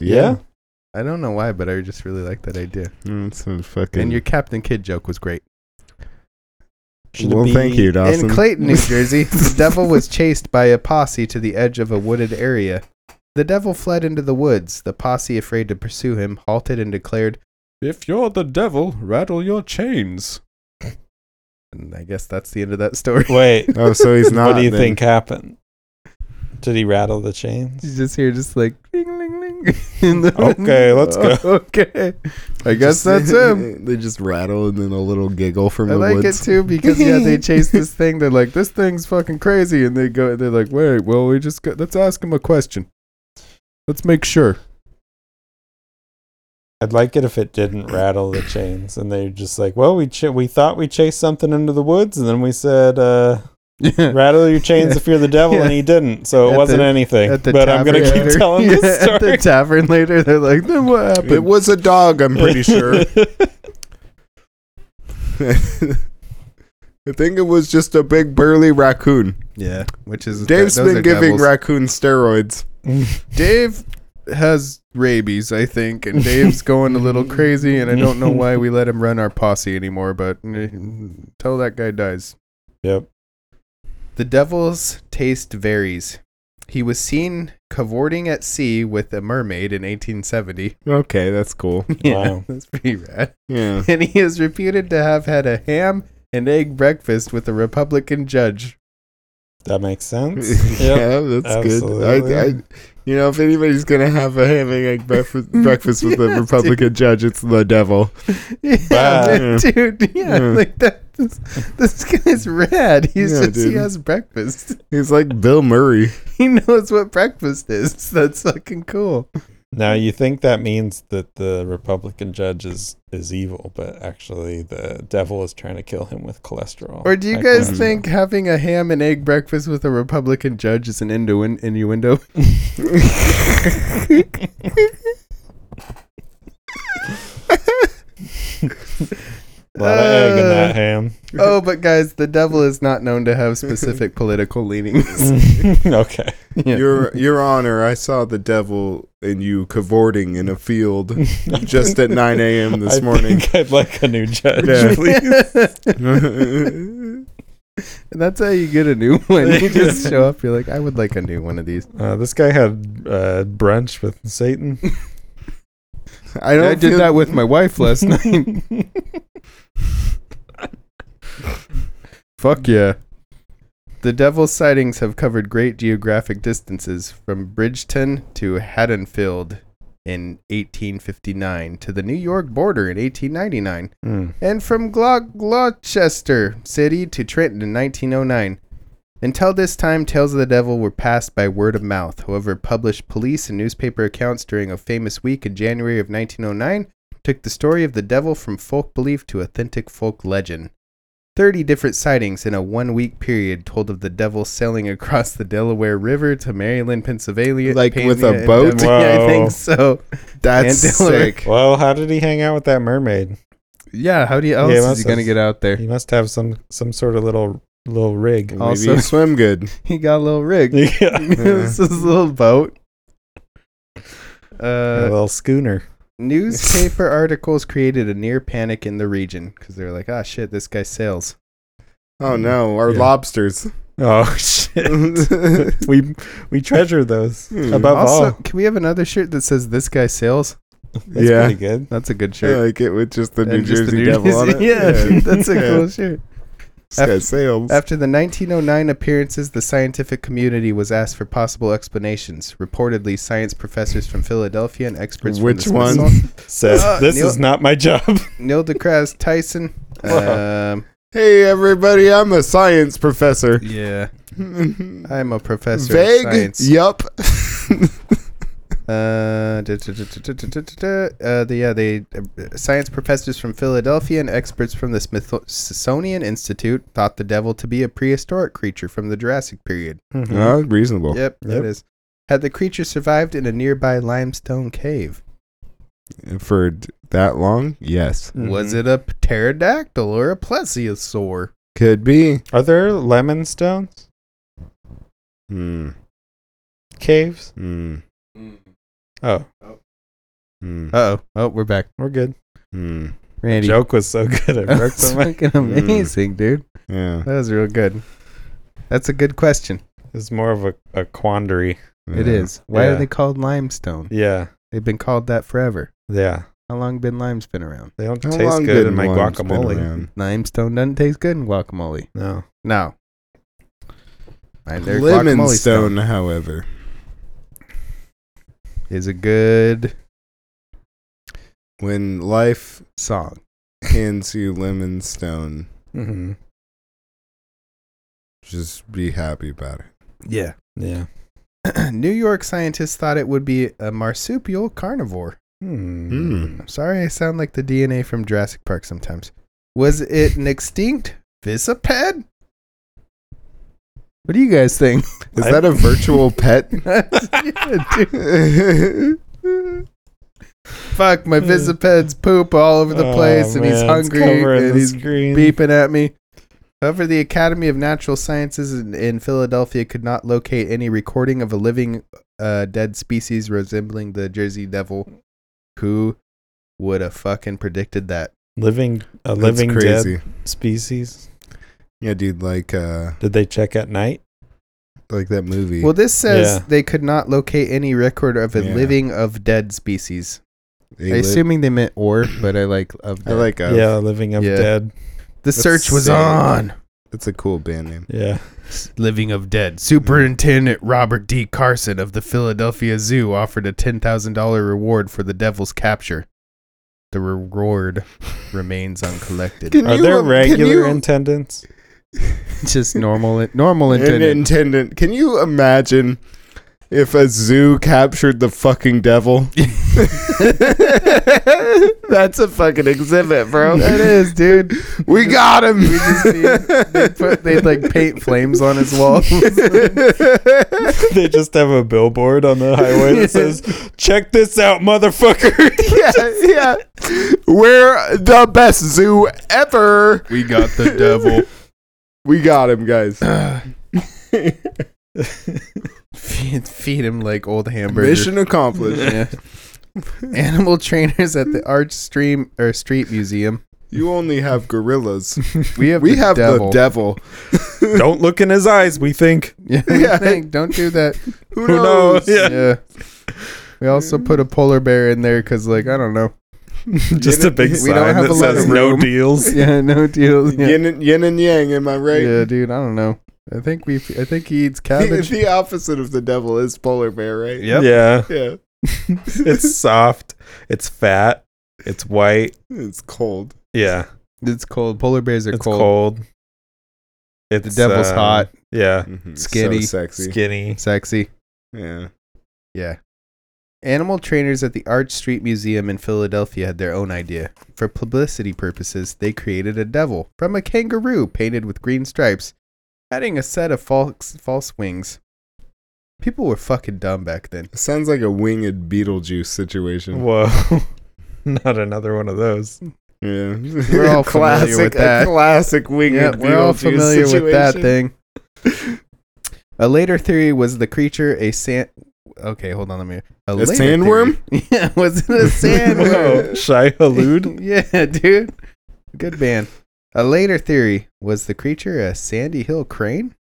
[SPEAKER 2] Yeah.
[SPEAKER 1] I don't know why, but I just really like that idea.
[SPEAKER 3] Mm, so fucking.
[SPEAKER 1] And your Captain Kid joke was great.
[SPEAKER 2] Should it
[SPEAKER 3] well, thank
[SPEAKER 2] be-
[SPEAKER 3] you, Dawson.
[SPEAKER 1] In Clayton,
[SPEAKER 3] <laughs>
[SPEAKER 1] New Jersey, the devil was chased by a posse to the edge of a wooded area. The devil fled into the woods. The posse, afraid to pursue him, halted and declared,
[SPEAKER 4] If you're the devil, rattle your chains.
[SPEAKER 1] and I guess that's the end of that story. <laughs>
[SPEAKER 2] Wait,
[SPEAKER 3] oh, so he's not.
[SPEAKER 2] what do you
[SPEAKER 3] then.
[SPEAKER 2] think happened? Did he rattle the chains?
[SPEAKER 1] You just hear just like ding ling ling. <laughs> in the-
[SPEAKER 2] Okay, let's go.
[SPEAKER 1] <laughs> okay, I guess
[SPEAKER 3] Just- <laughs>
[SPEAKER 1] that's him. <laughs>
[SPEAKER 3] they just rattle and then a little giggle from
[SPEAKER 1] I
[SPEAKER 3] the
[SPEAKER 1] like
[SPEAKER 3] woods.
[SPEAKER 1] it too because yeah, they
[SPEAKER 3] <laughs>
[SPEAKER 1] chase this thing. They're like, this thing's fucking crazy, and they go, they're like, wait, well, we just got, let's ask him a question. Let's make sure.
[SPEAKER 2] I'd like it if it didn't rattle the chains, and they're just like, "Well, we ch- we thought we chased something into the woods, and then we
[SPEAKER 1] <laughs>
[SPEAKER 2] said, uh,
[SPEAKER 1] <laughs> Yeah.
[SPEAKER 2] rattle your chains if you're the devil, and he didn't, so it
[SPEAKER 1] At
[SPEAKER 2] wasn't
[SPEAKER 1] the-
[SPEAKER 2] anything."
[SPEAKER 1] At the
[SPEAKER 2] But I'm gonna
[SPEAKER 1] tavern
[SPEAKER 2] keep
[SPEAKER 1] later-
[SPEAKER 2] telling
[SPEAKER 1] <laughs> Yeah,
[SPEAKER 2] this
[SPEAKER 1] At the
[SPEAKER 2] story.
[SPEAKER 1] tavern later, they're like, then what
[SPEAKER 3] It
[SPEAKER 1] happened?
[SPEAKER 3] was a dog, I'm
[SPEAKER 2] <laughs>
[SPEAKER 3] pretty sure. I think it was just a big burly raccoon.
[SPEAKER 1] yeah, which is
[SPEAKER 3] Dave's
[SPEAKER 1] those are
[SPEAKER 3] been giving
[SPEAKER 1] devils.
[SPEAKER 3] raccoon steroids.
[SPEAKER 1] Dave has rabies, I think, and
[SPEAKER 2] <laughs>
[SPEAKER 1] Dave's going a little crazy, and I don't know why we let him run our posse anymore. But mm, till that guy dies,
[SPEAKER 2] yep.
[SPEAKER 1] the devil's taste varies. He was seen cavorting at sea with a mermaid in <laughs> 1870.
[SPEAKER 3] Okay, that's cool.
[SPEAKER 2] Wow.
[SPEAKER 1] that's pretty rad.
[SPEAKER 3] Yeah.
[SPEAKER 1] And he is reputed to have had a ham and egg breakfast with a Republican judge.
[SPEAKER 2] That makes sense.
[SPEAKER 1] <laughs>
[SPEAKER 3] <laughs>
[SPEAKER 2] Yep.
[SPEAKER 3] yeah, that's good. I, I,
[SPEAKER 2] absolutely.
[SPEAKER 3] you know, if anybody's gonna have a ham and egg breakfast, breakfast with
[SPEAKER 1] <laughs> Yes,
[SPEAKER 3] a
[SPEAKER 1] dude.
[SPEAKER 3] Republican judge, it's the devil.
[SPEAKER 1] Yeah,
[SPEAKER 2] Wow.
[SPEAKER 1] dude. Yeah,
[SPEAKER 3] Yeah.
[SPEAKER 1] like that. This, this guy's rad. He's
[SPEAKER 3] Yeah,
[SPEAKER 1] just he
[SPEAKER 3] dude.
[SPEAKER 1] has breakfast. <laughs>
[SPEAKER 3] He's like Bill Murray.
[SPEAKER 1] <laughs> He knows what breakfast is. That's fucking cool.
[SPEAKER 2] Now you think that means that the Republican judge is, is evil, but actually the devil is trying to kill him with cholesterol.
[SPEAKER 1] Or do you
[SPEAKER 2] I
[SPEAKER 1] guys
[SPEAKER 2] don't
[SPEAKER 1] think having a ham and egg breakfast with a Republican judge is an innu-
[SPEAKER 3] <laughs>
[SPEAKER 1] innuendo?
[SPEAKER 2] know. A lot of egg in
[SPEAKER 1] Uh,
[SPEAKER 2] that ham.
[SPEAKER 1] oh, but guys, the devil is not known to have
[SPEAKER 3] <laughs>
[SPEAKER 1] specific political leanings.
[SPEAKER 2] <laughs> okay.
[SPEAKER 1] <laughs>
[SPEAKER 3] Your Your Honor, I saw the devil and you cavorting in a field <laughs> just at 9 a.m. this
[SPEAKER 2] I
[SPEAKER 3] morning.
[SPEAKER 2] think <laughs> I'd like a new judge, <laughs>
[SPEAKER 3] Yeah. <laughs>
[SPEAKER 2] please.
[SPEAKER 1] <laughs> That's how you get a new one.
[SPEAKER 3] <laughs>
[SPEAKER 1] You just show up, you're like, I would like a new one of these.
[SPEAKER 2] Uh, this guy had uh, brunch with
[SPEAKER 3] <laughs>
[SPEAKER 2] Satan.
[SPEAKER 3] I
[SPEAKER 1] I,
[SPEAKER 3] don't
[SPEAKER 1] did
[SPEAKER 3] feel-
[SPEAKER 1] that with my wife
[SPEAKER 3] <laughs>
[SPEAKER 1] last night. <laughs> Fuck yeah. The devil's sightings have covered great geographic distances from Bridgeton to Haddonfield in 1859 to the New York border in 1899
[SPEAKER 2] Hmm.
[SPEAKER 1] and from Glo- Gloucester City to Trenton in 1909. Until this time, tales of the devil were passed by word of mouth. However, published police and newspaper accounts during a famous week in January of 1909 took the story of the devil from folk belief to authentic folk legend. Thirty different sightings in a one week period told of the devil sailing across the Delaware River to Maryland, Pennsylvania.
[SPEAKER 3] Like with a
[SPEAKER 1] Pennsylvania, <laughs> and
[SPEAKER 3] boat?
[SPEAKER 1] Devon- Yeah, I
[SPEAKER 2] Whoa.
[SPEAKER 1] think so.
[SPEAKER 3] That's
[SPEAKER 1] And Delaware.
[SPEAKER 3] sick.
[SPEAKER 2] Well, how did he hang out with that mermaid?
[SPEAKER 1] Yeah, how do you else
[SPEAKER 2] Yeah,
[SPEAKER 1] is
[SPEAKER 2] that's-
[SPEAKER 1] he going to get out there?
[SPEAKER 2] He must have some some sort of little little rig.
[SPEAKER 3] <laughs> Maybe
[SPEAKER 1] Also-
[SPEAKER 3] you swim good.
[SPEAKER 1] He got a little rig. <laughs>
[SPEAKER 2] <laughs> Yeah.
[SPEAKER 1] this is a little boat.
[SPEAKER 2] a
[SPEAKER 1] Uh,
[SPEAKER 2] little schooner.
[SPEAKER 3] <laughs>
[SPEAKER 1] newspaper articles created a near panic in the region because they were like, ah, shit, this guy sails.
[SPEAKER 3] Oh no, our
[SPEAKER 2] Yeah.
[SPEAKER 3] lobsters.
[SPEAKER 2] Oh <laughs>
[SPEAKER 3] <laughs>
[SPEAKER 2] shit. we we treasure those
[SPEAKER 3] Hmm.
[SPEAKER 2] above
[SPEAKER 1] also,
[SPEAKER 2] all.
[SPEAKER 1] can we have another shirt that says this guy sails?
[SPEAKER 2] That's
[SPEAKER 3] Yeah.
[SPEAKER 2] pretty good.
[SPEAKER 1] That's a good
[SPEAKER 3] I
[SPEAKER 1] shirt.
[SPEAKER 3] like it with just the New
[SPEAKER 1] And just
[SPEAKER 3] Jersey
[SPEAKER 1] the New
[SPEAKER 3] devil on it.
[SPEAKER 1] Jersey- <laughs> Yeah, that's a
[SPEAKER 3] Yeah.
[SPEAKER 1] cool shirt.
[SPEAKER 3] This guy sails.
[SPEAKER 1] After the 1909 appearances, the scientific community was asked for possible explanations. Reportedly, science professors from Philadelphia and experts
[SPEAKER 3] Which
[SPEAKER 1] from the
[SPEAKER 3] one?
[SPEAKER 1] Smithsonian-
[SPEAKER 2] Says
[SPEAKER 1] Uh,
[SPEAKER 2] this
[SPEAKER 1] Neil-
[SPEAKER 2] is not my job.
[SPEAKER 1] <laughs>
[SPEAKER 3] <laughs>
[SPEAKER 1] Neil deGrasse Tyson. Um,
[SPEAKER 3] Hey everybody, I'm a
[SPEAKER 1] <laughs>
[SPEAKER 3] science professor.
[SPEAKER 1] yeah, I'm a professor
[SPEAKER 3] Vague.
[SPEAKER 1] of science. <laughs>
[SPEAKER 3] Yup.
[SPEAKER 1] Uh, da- da- da- da- da- da- da- da. Uh, the yeah, they uh, science professors from Philadelphia and experts from the Smithsonian Institute thought the devil to be a prehistoric creature from the Jurassic period.
[SPEAKER 2] Mhm.
[SPEAKER 3] Oh, reasonable.
[SPEAKER 1] Yep, that
[SPEAKER 2] Yep.
[SPEAKER 1] is. Had the creature survived in a nearby limestone cave?
[SPEAKER 3] For d- that long? Yes.
[SPEAKER 1] Was
[SPEAKER 2] Mhm.
[SPEAKER 1] it a pterodactyl or a plesiosaur?
[SPEAKER 3] Could be.
[SPEAKER 2] Are there lemon stones
[SPEAKER 3] Hmm.
[SPEAKER 2] caves?
[SPEAKER 3] Hmm.
[SPEAKER 2] Oh,
[SPEAKER 3] Hmm.
[SPEAKER 1] Uh oh. Oh, we're back.
[SPEAKER 2] we're good.
[SPEAKER 3] Hmm.
[SPEAKER 1] Randy. <laughs>
[SPEAKER 2] Joke was so <laughs> good it broke
[SPEAKER 1] That's
[SPEAKER 2] so much.
[SPEAKER 1] fucking
[SPEAKER 3] <laughs> Mm.
[SPEAKER 1] amazing, dude.
[SPEAKER 3] Yeah.
[SPEAKER 1] That was real good. That's a good question.
[SPEAKER 2] It's more of a, a quandary.
[SPEAKER 1] It
[SPEAKER 3] Yeah.
[SPEAKER 1] is. Why are
[SPEAKER 2] Yeah.
[SPEAKER 1] they called limestone?
[SPEAKER 2] Yeah,
[SPEAKER 1] They've been called that forever.
[SPEAKER 2] yeah.
[SPEAKER 1] How long been lime's been around?
[SPEAKER 2] They don't
[SPEAKER 3] How
[SPEAKER 2] taste
[SPEAKER 3] long
[SPEAKER 2] good
[SPEAKER 3] did
[SPEAKER 2] in my
[SPEAKER 3] lime's been
[SPEAKER 2] guacamole.
[SPEAKER 3] around?
[SPEAKER 1] Limestone doesn't taste good in guacamole.
[SPEAKER 2] No.
[SPEAKER 1] No. And their
[SPEAKER 3] Lemon
[SPEAKER 1] guacamole
[SPEAKER 3] stone, however.
[SPEAKER 1] is a good
[SPEAKER 3] When life
[SPEAKER 1] song. <clears throat>
[SPEAKER 3] hands you lemon stone,
[SPEAKER 2] Mm-hmm.
[SPEAKER 3] just be happy about it.
[SPEAKER 1] Yeah.
[SPEAKER 2] Yeah.
[SPEAKER 1] New York scientists thought it would be a marsupial carnivore.
[SPEAKER 2] Hmm.
[SPEAKER 1] I'm sorry, I sound like the DNA from Jurassic Park sometimes. Was it an extinct visiped? What do you guys think? <laughs>
[SPEAKER 3] Is
[SPEAKER 2] I-
[SPEAKER 3] that a virtual
[SPEAKER 2] <laughs>
[SPEAKER 3] pet?
[SPEAKER 1] Yeah, dude. Fuck, my visiped's poop all over the
[SPEAKER 2] Oh,
[SPEAKER 1] place, and he's
[SPEAKER 2] man, it's covering
[SPEAKER 1] hungry, and
[SPEAKER 2] the
[SPEAKER 1] he's
[SPEAKER 2] screen.
[SPEAKER 1] beeping at me. However, the Academy of Natural Sciences in, in Philadelphia could not locate any recording of a living uh, dead species resembling the Jersey Devil. Who would have fucking predicted that?
[SPEAKER 2] Living a
[SPEAKER 3] That's
[SPEAKER 2] living
[SPEAKER 3] crazy.
[SPEAKER 2] dead species.
[SPEAKER 3] Yeah, dude, like uh
[SPEAKER 2] Did they check at night?
[SPEAKER 3] like that movie.
[SPEAKER 1] Well, this says
[SPEAKER 2] Yeah.
[SPEAKER 1] they could not locate any record of a
[SPEAKER 3] Yeah.
[SPEAKER 1] living of dead species.
[SPEAKER 3] They
[SPEAKER 1] I
[SPEAKER 3] live-
[SPEAKER 1] assuming they meant or, but I like of.
[SPEAKER 3] I
[SPEAKER 1] dead.
[SPEAKER 3] like uh,
[SPEAKER 2] yeah, living of
[SPEAKER 1] Yeah.
[SPEAKER 2] dead.
[SPEAKER 1] the
[SPEAKER 3] that's
[SPEAKER 1] search was
[SPEAKER 3] sick.
[SPEAKER 1] on.
[SPEAKER 3] It's a cool band name.
[SPEAKER 2] Yeah.
[SPEAKER 1] Living of Dead. Superintendent Robert D. Carson of the Philadelphia Zoo offered a $10,000 reward for the devil's capture. The
[SPEAKER 3] <laughs>
[SPEAKER 1] reward remains uncollected.
[SPEAKER 2] Are there regular attendants?
[SPEAKER 1] <laughs>
[SPEAKER 2] <laughs>
[SPEAKER 3] <laughs>
[SPEAKER 1] Just normal, normal
[SPEAKER 3] An
[SPEAKER 1] intended.
[SPEAKER 3] intendant. Can you imagine if a zoo captured the fucking <laughs> devil. <laughs> That's a fucking exhibit, <laughs>
[SPEAKER 1] <laughs>
[SPEAKER 3] bro.
[SPEAKER 1] that is, dude.
[SPEAKER 3] We got him.
[SPEAKER 1] We just see they put they like paint flames on his wall.
[SPEAKER 2] they just have a billboard on the
[SPEAKER 1] <laughs>
[SPEAKER 2] highway that says, "Check this out, motherfucker." <laughs>
[SPEAKER 3] yeah, yeah. <laughs> We're the best zoo ever.
[SPEAKER 4] We got the devil.
[SPEAKER 3] <laughs> We got
[SPEAKER 1] <laughs>
[SPEAKER 3] him, guys. <laughs>
[SPEAKER 1] feed, feed him like old hamburgers.
[SPEAKER 3] Mission accomplished.
[SPEAKER 1] Yeah. <laughs> Animal trainers at the Arch Stream or Street Museum.
[SPEAKER 3] You only have gorillas.
[SPEAKER 1] <laughs> We have
[SPEAKER 3] We
[SPEAKER 1] the
[SPEAKER 3] have
[SPEAKER 1] devil. <laughs>
[SPEAKER 3] the devil.
[SPEAKER 2] Don't look in his eyes. We think.
[SPEAKER 1] yeah, we
[SPEAKER 3] Yeah.
[SPEAKER 1] think, don't do that.
[SPEAKER 3] Who
[SPEAKER 2] Who knows?
[SPEAKER 3] knows?
[SPEAKER 2] Yeah.
[SPEAKER 1] Yeah. We also put a polar bear in there because, like, I don't know.
[SPEAKER 2] <laughs> Just a big
[SPEAKER 1] we don't
[SPEAKER 2] sign
[SPEAKER 1] have
[SPEAKER 2] that
[SPEAKER 1] a lot
[SPEAKER 2] says
[SPEAKER 1] of
[SPEAKER 2] "No
[SPEAKER 1] room."
[SPEAKER 2] deals."
[SPEAKER 1] Yeah, no deals. Yeah,
[SPEAKER 3] Yin, and, yin and yang, am I right?
[SPEAKER 1] yeah dude, I don't know. I think we. I think he eats
[SPEAKER 3] The,
[SPEAKER 1] cabbage.
[SPEAKER 3] <laughs> the opposite of the devil is polar bear,
[SPEAKER 1] <laughs>
[SPEAKER 3] right?
[SPEAKER 1] Yep. <laughs>
[SPEAKER 2] Yeah.
[SPEAKER 3] Yeah.
[SPEAKER 2] It's soft. It's fat. It's white.
[SPEAKER 3] It's cold.
[SPEAKER 2] Yeah.
[SPEAKER 1] It's cold. Polar bears are
[SPEAKER 2] It's
[SPEAKER 1] cold.
[SPEAKER 2] cold.
[SPEAKER 1] The
[SPEAKER 2] It's
[SPEAKER 1] devil's
[SPEAKER 2] um,
[SPEAKER 1] hot,
[SPEAKER 2] Yeah.
[SPEAKER 1] Skinny.
[SPEAKER 3] Mm-hmm. So sexy.
[SPEAKER 2] Skinny.
[SPEAKER 1] sexy.
[SPEAKER 3] Yeah.
[SPEAKER 1] Yeah. Animal trainers at the Arch Street Museum in Philadelphia had their own idea. For publicity purposes, they created a devil from a kangaroo painted with green stripes, adding a set of false, false wings. People were fucking dumb back then.
[SPEAKER 3] Sounds like a winged Beetlejuice situation.
[SPEAKER 2] Whoa. <laughs> Not another one of those.
[SPEAKER 3] Yeah.
[SPEAKER 1] We're
[SPEAKER 3] <laughs>
[SPEAKER 1] all familiar
[SPEAKER 3] classic,
[SPEAKER 1] with that.
[SPEAKER 3] A classic winged
[SPEAKER 1] Yeah,
[SPEAKER 3] Beetlejuice
[SPEAKER 1] we're all familiar
[SPEAKER 3] situation.
[SPEAKER 1] with that thing. A later theory was the creature a sand. Okay, hold on. Let me. A, later
[SPEAKER 3] sandworm?
[SPEAKER 1] theory- <laughs> Yeah, was it
[SPEAKER 3] <laughs>
[SPEAKER 1] a sandworm?
[SPEAKER 2] Whoa.
[SPEAKER 1] <laughs>
[SPEAKER 2] Shy Halud.
[SPEAKER 1] yeah, dude. Good band. A later theory was the creature a Sandy Hill crane?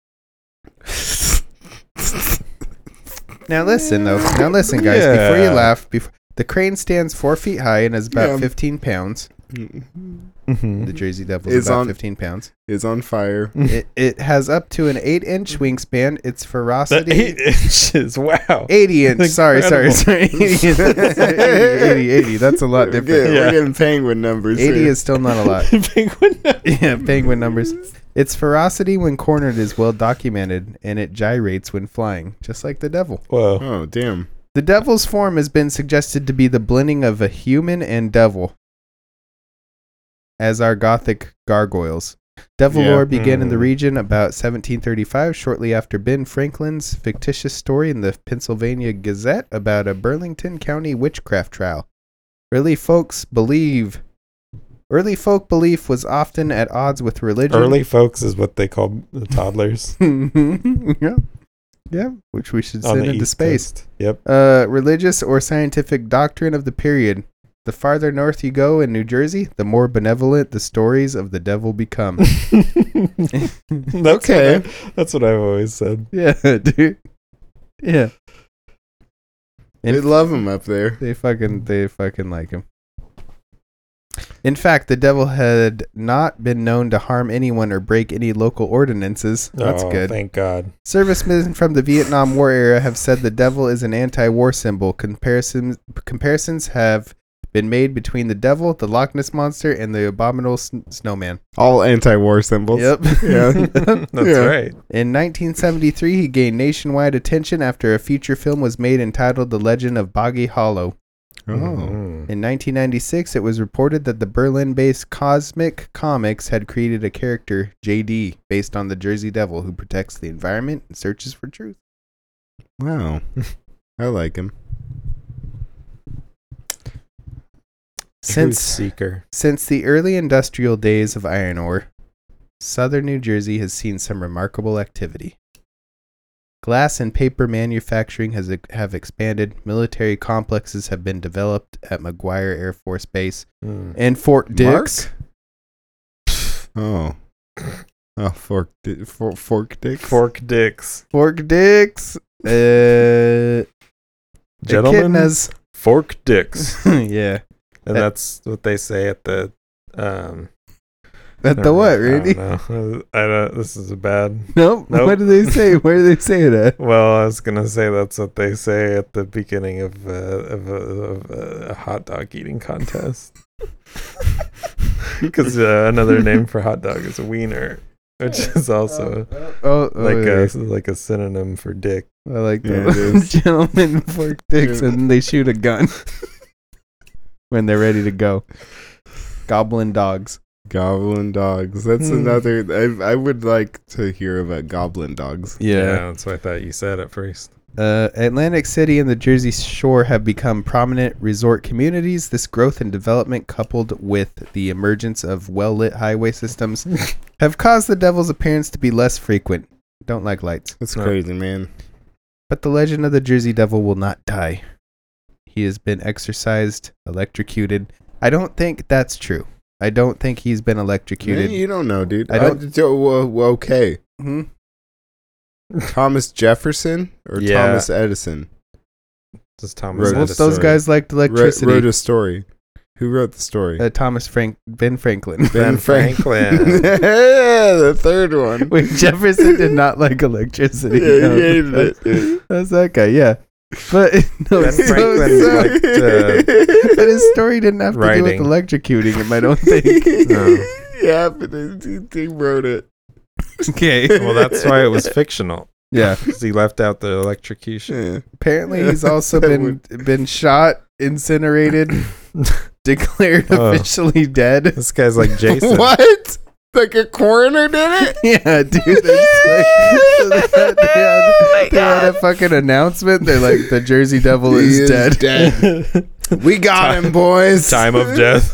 [SPEAKER 1] Now listen though. Now listen guys, before you
[SPEAKER 2] Yeah.
[SPEAKER 1] laugh, before the crane stands four feet high and is about
[SPEAKER 3] Yeah.
[SPEAKER 1] fifteen pounds.
[SPEAKER 2] Mhm. <laughs>
[SPEAKER 1] The Jersey Devil's
[SPEAKER 3] It's
[SPEAKER 1] about
[SPEAKER 3] on-
[SPEAKER 1] fifteen pounds.
[SPEAKER 3] Is Mm-hmm.
[SPEAKER 1] <laughs>
[SPEAKER 3] on fire.
[SPEAKER 1] it, it has up to an eight inch wingspan. Its
[SPEAKER 2] The
[SPEAKER 1] ferocity
[SPEAKER 2] eight <laughs> inches. Wow.
[SPEAKER 1] 80 inch. Sorry, sorry,
[SPEAKER 2] Incredible.
[SPEAKER 1] sorry. <laughs> 80, 80, 80. That's a lot
[SPEAKER 3] We're getting,
[SPEAKER 1] different.
[SPEAKER 2] Yeah.
[SPEAKER 3] we're getting penguin numbers.
[SPEAKER 1] 80
[SPEAKER 3] here.
[SPEAKER 1] is still not a lot.
[SPEAKER 2] <laughs> Penguin.
[SPEAKER 1] <laughs> Yeah, penguin numbers. Its ferocity when cornered is well documented, and it gyrates when flying, just like the devil.
[SPEAKER 2] Whoa.
[SPEAKER 3] Oh damn!
[SPEAKER 1] The devil's form has been suggested to be the blending of a human and devil, as are Gothic gargoyles. Devil
[SPEAKER 3] Yeah.
[SPEAKER 1] lore began in the
[SPEAKER 2] Hmm.
[SPEAKER 1] region about 1735, shortly after Ben Franklin's fictitious story in the Pennsylvania Gazette about a Burlington County witchcraft trial. Early folks believe. Early folk belief was often at odds with religion.
[SPEAKER 2] Early folks is what they call the toddlers
[SPEAKER 1] <laughs> yeah. Yeah. Which we should
[SPEAKER 2] on
[SPEAKER 1] send
[SPEAKER 2] the
[SPEAKER 1] into
[SPEAKER 2] East
[SPEAKER 1] space.
[SPEAKER 2] Coast. Yep.
[SPEAKER 1] Uh, religious or scientific doctrine of the period. The farther north you go in New Jersey, the more benevolent the stories of the devil become.
[SPEAKER 2] <laughs> that's
[SPEAKER 3] Okay.
[SPEAKER 2] What I, that's what I've always said.
[SPEAKER 1] yeah, dude. Yeah.
[SPEAKER 3] They love him up there.
[SPEAKER 1] They fucking they fucking like him. In fact, the devil had not been known to harm anyone or break any local ordinances. That's
[SPEAKER 2] Oh,
[SPEAKER 1] good.
[SPEAKER 2] Thank God.
[SPEAKER 1] Servicemen from the Vietnam War era have said the devil is an anti-war symbol. Comparisons comparisons have been made between the devil, the Loch Ness monster, and the abominable sn- snowman.
[SPEAKER 3] All anti-war symbols.
[SPEAKER 1] Yep.
[SPEAKER 3] Yeah.
[SPEAKER 2] That's
[SPEAKER 3] Yeah.
[SPEAKER 2] right.
[SPEAKER 1] <laughs> In 1973, he gained nationwide attention after a feature film was made entitled The Legend of Boggy Hollow.
[SPEAKER 3] Oh.
[SPEAKER 2] Mm.
[SPEAKER 1] In 1996, it was reported that the Berlin based Cosmic Comics had created a character, JD, based on the Jersey Devil, who protects the environment and searches for truth. <laughs>
[SPEAKER 3] Wow. I like him.
[SPEAKER 2] Truth
[SPEAKER 1] Since,
[SPEAKER 2] seeker.
[SPEAKER 1] since the early industrial days of iron ore, southern New Jersey has seen some remarkable activity. Glass and paper manufacturing has e, have expanded, military complexes have been developed at McGuire Air Force Base
[SPEAKER 2] Mm.
[SPEAKER 1] and Fort Dix.
[SPEAKER 2] <laughs>
[SPEAKER 3] Oh. Oh, fork, di- for, fork dick.
[SPEAKER 2] Fork <laughs> dicks.
[SPEAKER 1] Fort Dix. Uh,
[SPEAKER 2] Gentlemen,
[SPEAKER 1] Echidnas.
[SPEAKER 2] fork dicks.
[SPEAKER 1] <laughs> yeah.
[SPEAKER 2] And
[SPEAKER 1] That-
[SPEAKER 2] that's what they say at the. Um,
[SPEAKER 1] At the
[SPEAKER 2] never
[SPEAKER 1] what,
[SPEAKER 2] mind.
[SPEAKER 1] Randy?
[SPEAKER 2] I don't know. <laughs> I don't, this is bad.
[SPEAKER 1] Nope. <laughs>
[SPEAKER 2] Nope.
[SPEAKER 1] What do they say? Where do they say it at?
[SPEAKER 2] Well, I was gonna say that's what they say at the beginning of uh, of, a, of uh, a, a hot dog eating uh, contest, because uh, another name for hot dog is a wiener.
[SPEAKER 1] <laughs>
[SPEAKER 2] which is also
[SPEAKER 1] Oh, oh
[SPEAKER 2] like uh,
[SPEAKER 1] yeah.
[SPEAKER 2] a like a synonym for dick.
[SPEAKER 1] I like
[SPEAKER 3] Yeah,
[SPEAKER 1] <laughs> that.
[SPEAKER 3] it is.
[SPEAKER 1] Gentlemen
[SPEAKER 3] <laughs>
[SPEAKER 1] fork dicks
[SPEAKER 3] Yeah.
[SPEAKER 1] and they shoot a gun <laughs> when they're ready to go. Goblin dogs.
[SPEAKER 3] Goblin dogs. That's
[SPEAKER 2] Hmm.
[SPEAKER 3] another. I, I would like to hear about goblin dogs.
[SPEAKER 2] that's what I thought you said at first.
[SPEAKER 1] Uh, Atlantic City and the Jersey Shore have become prominent resort communities. This growth and development, coupled with the emergence of well lit highway
[SPEAKER 3] <laughs>
[SPEAKER 1] systems, have caused the devil's appearance to be less frequent. Don't like lights.
[SPEAKER 3] That's
[SPEAKER 2] No.
[SPEAKER 3] crazy, man.
[SPEAKER 1] But the legend of the Jersey Devil will not die. He has been exorcised, electrocuted. I don't think that's true. I don't think he's been
[SPEAKER 3] Man,
[SPEAKER 1] electrocuted.
[SPEAKER 3] you don't know, dude. Oh,
[SPEAKER 1] I don't-
[SPEAKER 3] I don't, okay.
[SPEAKER 1] hmm?
[SPEAKER 3] Thomas Jefferson or
[SPEAKER 2] Yeah.
[SPEAKER 3] Thomas Edison
[SPEAKER 2] Just Thomas
[SPEAKER 1] Both
[SPEAKER 3] Wrote a
[SPEAKER 2] Edison.
[SPEAKER 1] those
[SPEAKER 3] story.
[SPEAKER 1] guys liked
[SPEAKER 3] Wrote-
[SPEAKER 1] electricity.
[SPEAKER 3] wrote a story. Who wrote the story?
[SPEAKER 1] uh, Thomas Frank, Ben Franklin. <laughs>
[SPEAKER 2] Ben Franklin.
[SPEAKER 3] <laughs> yeah, the third one.
[SPEAKER 1] Wait, Jefferson did
[SPEAKER 3] <laughs>
[SPEAKER 1] not like electricity.
[SPEAKER 3] Yeah, he
[SPEAKER 1] No,
[SPEAKER 3] hated
[SPEAKER 1] that's-
[SPEAKER 3] it, dude.
[SPEAKER 1] <laughs> That's that guy, yeah. But <laughs> no,
[SPEAKER 2] Ben
[SPEAKER 1] so-
[SPEAKER 2] Franklin
[SPEAKER 1] so-
[SPEAKER 2] liked,
[SPEAKER 3] <laughs>
[SPEAKER 2] uh,
[SPEAKER 1] but his story didn't have to do
[SPEAKER 2] writing.
[SPEAKER 1] with electrocuting him. I
[SPEAKER 3] <laughs>
[SPEAKER 1] don't think. <laughs>
[SPEAKER 2] No.
[SPEAKER 3] Yeah, but he, he wrote it.
[SPEAKER 1] okay.
[SPEAKER 2] <laughs> well, that's why it was fictional.
[SPEAKER 1] <laughs> Yeah.
[SPEAKER 2] 'cause he left out the electrocution.
[SPEAKER 3] Yeah.
[SPEAKER 1] Apparently, he's also
[SPEAKER 3] That
[SPEAKER 1] been been shot, incinerated, declared
[SPEAKER 2] Oh.
[SPEAKER 1] officially dead.
[SPEAKER 2] <laughs>
[SPEAKER 1] <laughs>
[SPEAKER 2] This guy's like Jason.
[SPEAKER 3] What? Like a coroner did
[SPEAKER 1] <laughs>
[SPEAKER 3] it?
[SPEAKER 1] Yeah, dude. It's like, so they
[SPEAKER 3] <laughs>
[SPEAKER 1] had, they had-
[SPEAKER 3] Oh
[SPEAKER 1] they had a fucking announcement. They're like, the Jersey Devil
[SPEAKER 3] He
[SPEAKER 1] is, dead.
[SPEAKER 3] we got him, boys.
[SPEAKER 2] Time of <laughs> death.